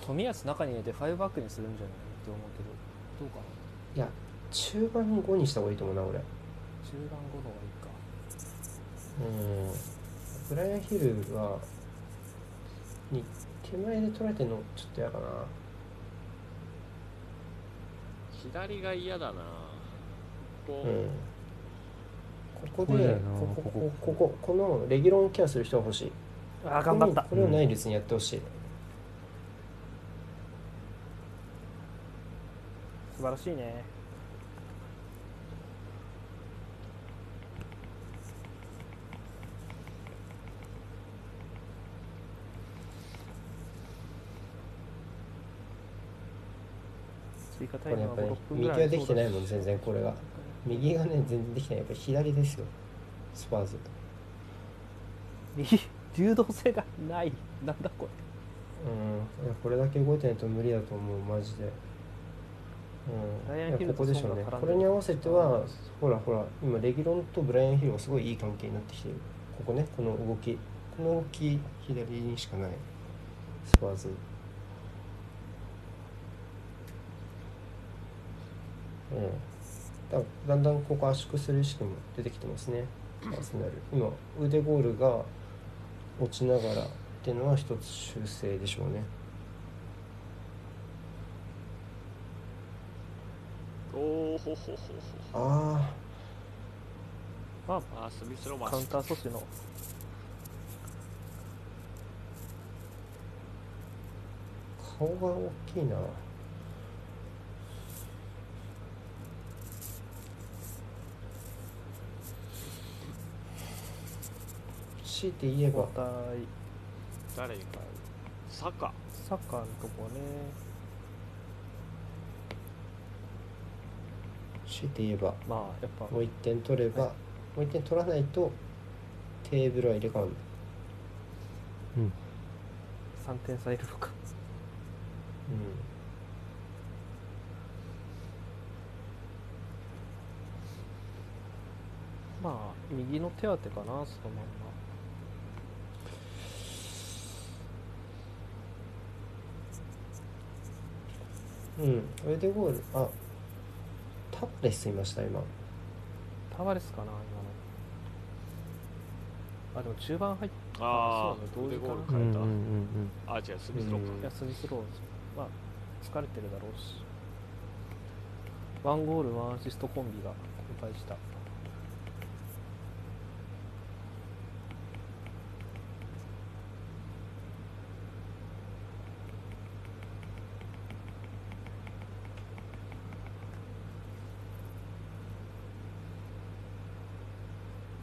富安中に入れてファイブバックにするんじゃないって思うけど、どうかな。いや中盤5にした方がいいと思うな俺中盤後の方がいいうんか。ブライアン・ヒルはに手前で取られてるのちょっと嫌かな左が嫌だなこうこ、んここここだでよなこここここここここのレギュロンをケアする人が欲しいあー、頑張ったこ。れをこれをナイルズにやってほしい、素晴らしいね。追加タイこれムやっはぱ5、り、 6ね、右分ぐらいはできてないもん全然これが右がね全然できてないやっぱり左ですよスパーズ右流動性がない。なんだこれ。うんいやこれだけ動いてないと無理だと思うマジで、うん、ブライアンいやヒルことこでしょうねソンが絡んでるこれに合わせてはほらほら今レギュロンとブライアンヒルがすごいいい関係になってきてるここねこの動きこの動き左にしかないスパーズうんだだんだんここ圧縮する意識も出てきてますねアーセナル今腕ゴールが落ちながらっていうのは一つ修正でしょうねおーほほほほあまあースミスロー [laughs] あ、マカウンスター阻止のあ顔が大きいな強いて言えば交代。誰が変えるサカサッカーのとこね。強いて言えばまあ、やっぱ、もう1点取れば、もう1点取らないとテーブルは入れ替わる3点差いるのか。まあ、右の手当てかな、そのまんま。うん、うん、腕ゴールあタッレスいました今タワレスかな今のあでも中盤入っあそあうだね腕ゴールうんうん変えうた、んうんあ違うスミスローか、うんた休みスローですまあ疲れてるだろうしワンゴールワンアシストコンビが交代した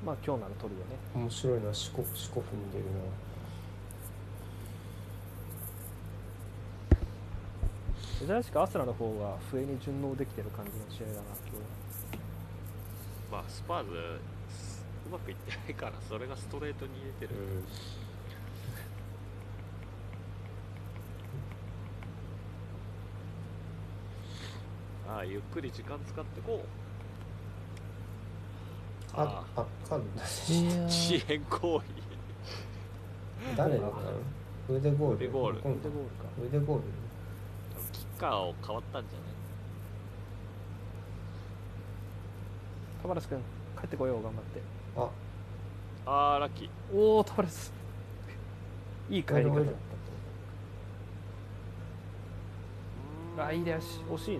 まあ今日なら取るよね面白いな四股四股踏んでるな珍しくアスラの方が笛に順応できてる感じの試合だな今日まあスパーズすうまくいってないからそれがストレートに入れてる、ああゆっくり時間使ってこうあああカード出しいやー遅延行為誰だったの腕ゴール腕ゴ腕ゴー今度ールルか腕ゴールキッカーを変わったんじゃないタバラス君帰ってこよう頑張ってああーラッキーおおタバラスいい帰りゴー方ルだっあいい出足惜しいね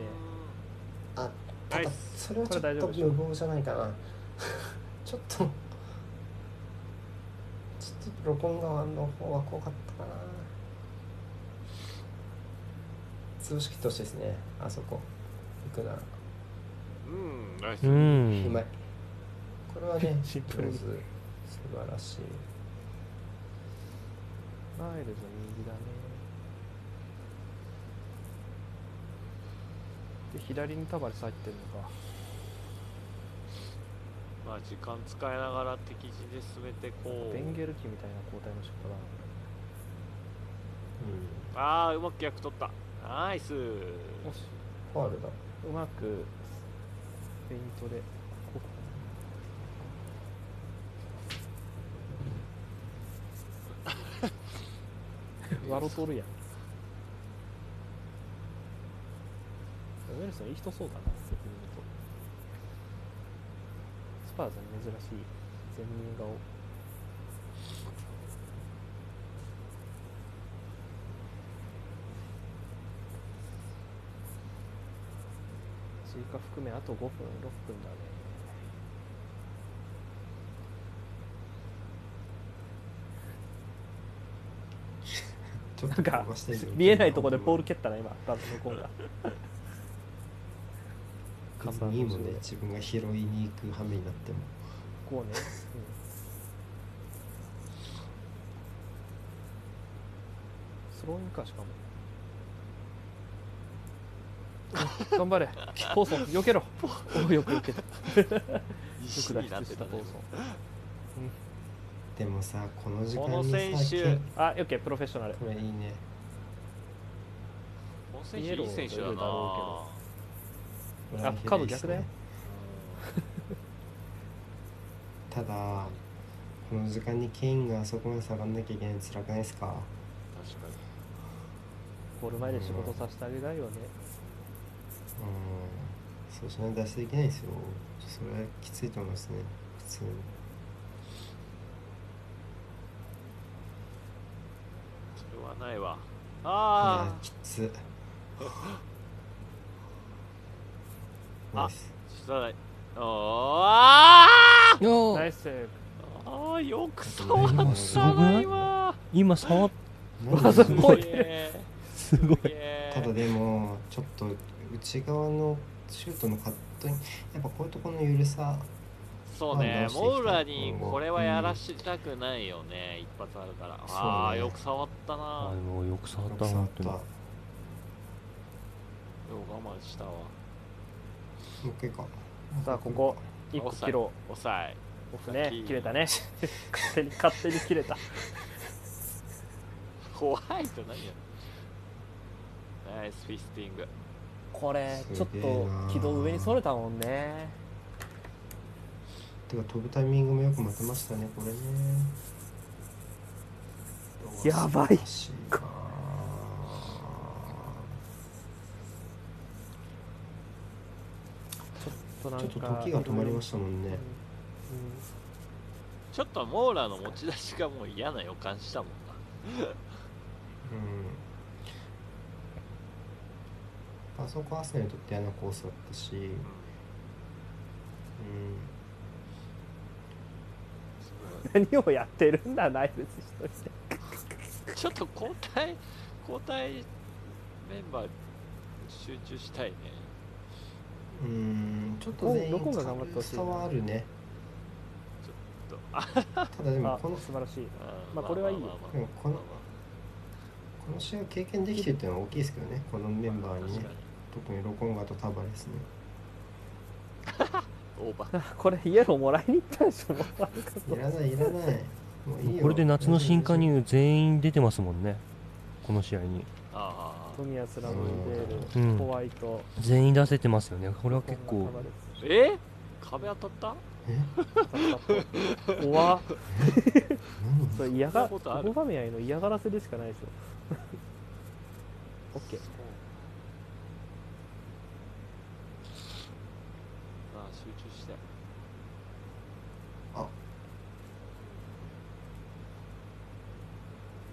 たあナたイだスそれはこちょれっと大丈夫でしょ無謀じゃないか [laughs] なちょっとちょっとロコン側の方は怖かったかな潰しきってほしいですねあそこ行くならうんナイスううんまいこれはねシンプル上に手素晴らしいマイルズ右だねで左にタバレス入ってるのかまあ時間使いながら敵陣で進めてこベンうゲルキみたいな交代の仕方だなうああうまく役取ったナイスもしんファールだうまくフェイントでここワロとるやんウェルソンいい人そうだなって見るとスパーズに珍しい全民顔追加含めあと5分6分だねちょっなんか転がしてんの見えないところでポール蹴ったな今多分向こうが別にいいもんね自分が拾いに行く羽目になってもこうね、スローインかしかもうん頑張れポーソン避けろおよく避けたよ石く脱になっ出てしたたねポーソでもさこの時こ間のにさ選手けンあオッケープロフェッショナルこれいいねこの選イ手エロいいー選手だな出るだろこれはあひどいカード逆だよですねただこの時間にケインがあそこまで下がんなきゃいけないの辛くないですか確かにゴール前で仕事させてあげたいよねうんそうしないと脱出できないですよそれはきついと思いますね普通にそれはないわいやああきつあナイスしたないあーおナーイスセーブあーよく触ったなすごくない今今触っ何すごいすげえすごいすげえただでもちょっと内側のシュートのカットにやっぱこういうところの緩さそうね判断していきたいモーラにこれはやらしたくないよね一発あるからああそうねよく触ったなあよでもよく触ったさなあっとてもく我慢したわう一回かさあここい1個切ろ抑えうオフね切れたね [laughs] 勝手に勝手に切れた怖いと何やナイスフィスティングこれすげえなれたもんねてか飛ぶタイミングもよく待てましたねこれねやば素晴いらしいなちょっちょっと時が止まりまししたもんねちょっとモーラの持ち出しがもう嫌な予感したもんうなんあそこアーセナルにとって嫌なコースだったしうん何をやってるんだナイルズ一人でちょっと交代交代メンバー集中したいねうんちょっと全員ロコンが頑張ってほしいな差はあるねとあただでもあこの素晴らしいー [laughs] まあこれはいいよまあでまあまあもこのこの試合を経験できてるっていうのは大きいですけどねこのメンバーにね確か特にロコンガとタバレスねにオーバーあこれイエローもらいに行ったでしょもうなんかいらないいらないもういいよこれで夏の新加入全員出てますもんねこの試合にああ富安ラムイデーうルんホワイト全員出せてますよねこれは結構こんなタバレスえ壁当たった怖っ何それ嫌がそんなことあるオバメヤイの嫌がらせでしかないですよ [laughs] オッケーまあ集中して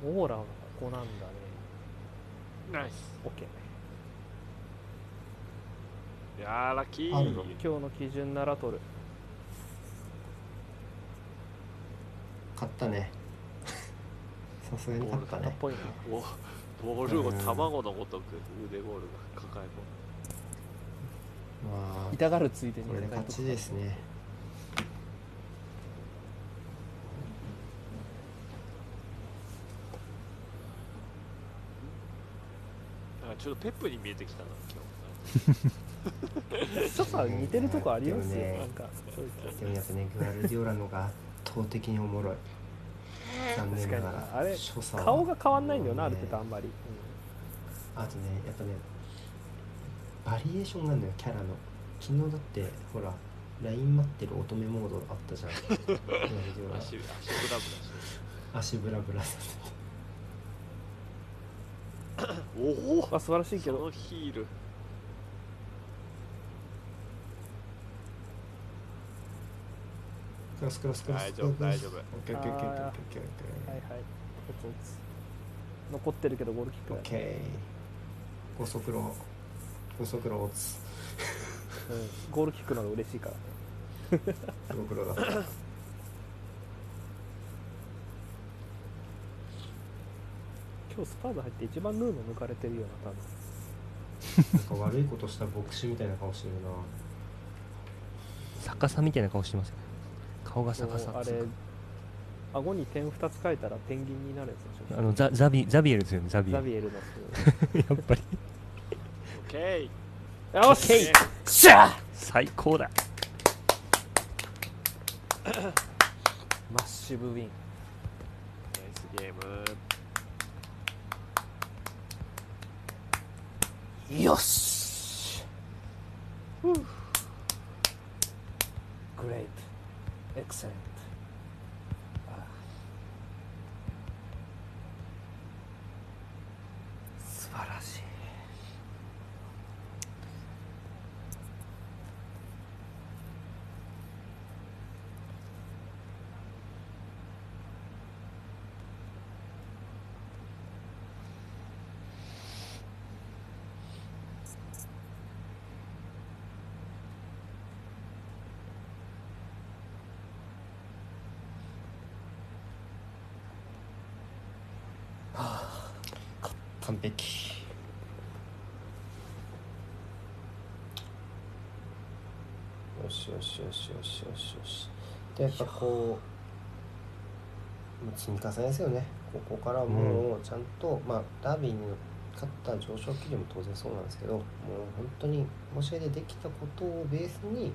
オーラはここなんだねナイスオッケーいやーラッキあるーの今日の基準なら取る買ったねさすがに買った片っねぽいなボボールを卵のごとく腕ボールが抱えまあ痛がるついでにこれで勝ちですね込むなんかちょっとペップに見えてきたな今ちょっと似てるとこありますでよ、もねなんかそういうでもやっぱねグアルディオラのが圧倒的におもろい残念なが確からにあれ所作は顔が変わんないんだよな、うあんる程度あんまり、あとねやっぱねバリエーションなんだよキャラの昨日だってほら LINE 待ってる乙女モードあったじゃんグアルディオ日 [laughs] ラ足足ブラブラして足ブラブラさせておおまあ、素晴らしいけそどのヒールクロスクロスクロス大丈夫大丈夫オッケーオッケーオッケーオッケーはいはいおつおつ残ってるけどゴールキックオだッケーオッケーオッケー高速路高速路オツうん、ゴールキックの方が嬉しいからね高速路だった今日スパーズ入って一番ヌーの抜かれてるような多分なんか悪いことした牧師みたいな顔してるな逆さみたいな顔してますよね顔が逆さこうあれ顎に点2つ書いたらペンギンになるやつでしょあのザザビザビエルですよねザビエザルビエルのやオっぱりッケーオッケーシャー最高だマッシブウィンナイスゲームよしグレートエクセレント素晴らしい完璧よしよしよしよしよしよしでやっぱこうもう積み重ねですよねここからもうちゃんと、まあダービーに勝った上昇基準も当然そうなんですけどもう本当にこの試合でできたことをベースに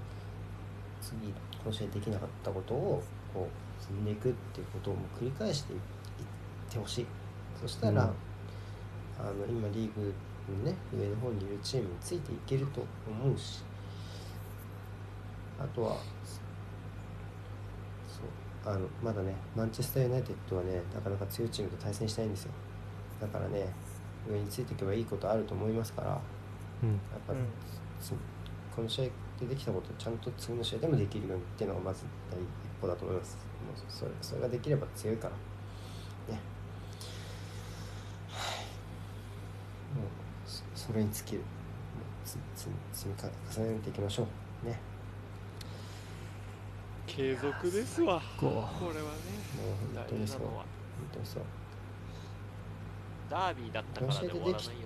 次この試合できなかったことをこう積んでいくっていうことをもう繰り返していってほしいそしたら、うんあの今リーグのね上の方にいるチームについていけると思うしあとはそうあのまだねマンチェスター・ユナイテッドはねなかなか強いチームと対戦したいんですよだからね上についていけばいいことあると思いますからやっうんぱ、そうこの試合でできたことをちゃんと次の試合でもできるようにっていうのがまず第一歩だと思いますもうそれそれができれば強いからねはいもうそそれに尽きるもうつつ積み重ねていきましょうね継続ですわこうこれはねもう本当大に事そなうのは本当にそうダービーだったからで終わらないようにしないと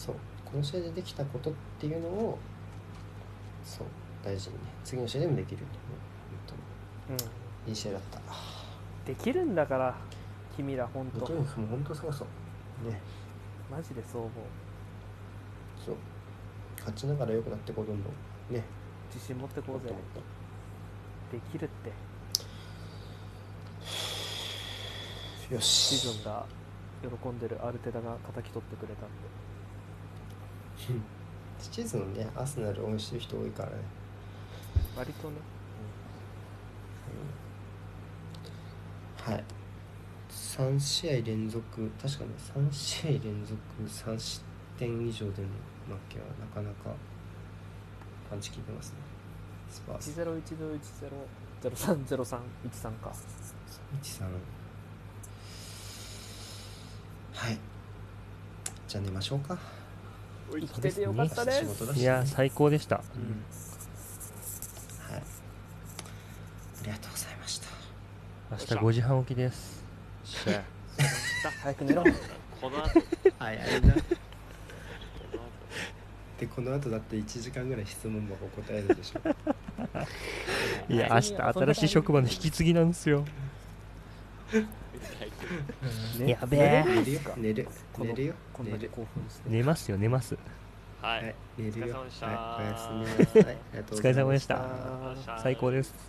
そうこの試合でできたことっていうのをそう大事にね次の試合でもできるようにもう本うん当にいい試合だったできるんだから君ら本もう当とにかくもう本当そうそうねマジでそう思うそう勝ちながら良くなってこうどんどんね自信持ってこもうっぜともっとできるってよシしズンが喜んでるアルテダが叩き取ってくれたんでシーズンねアーセナル応援してる人多いからねあ割とねはい3試合連続確かに3試合連続3失点以上での負けはなかなかパンチ効いてますねスパース1010103031か13はいじゃあ寝ましょうか生生きててよかったで仕す事だしいやー最高でしたうんはいありがとうございました明日5時半起きです早く寝ろこの後はいあれなでこの後だって1時間ぐらい質問箱答えるでしょいや明日新しい職場の引き継ぎなんですよやべえ寝るよ寝るこの寝るよこん寝だける興奮して寝ますよ寝ますははいい寝るよお疲れ様でしはいおたやすみなさいありがとうございましたお疲れ様でしたありがとうございました最高です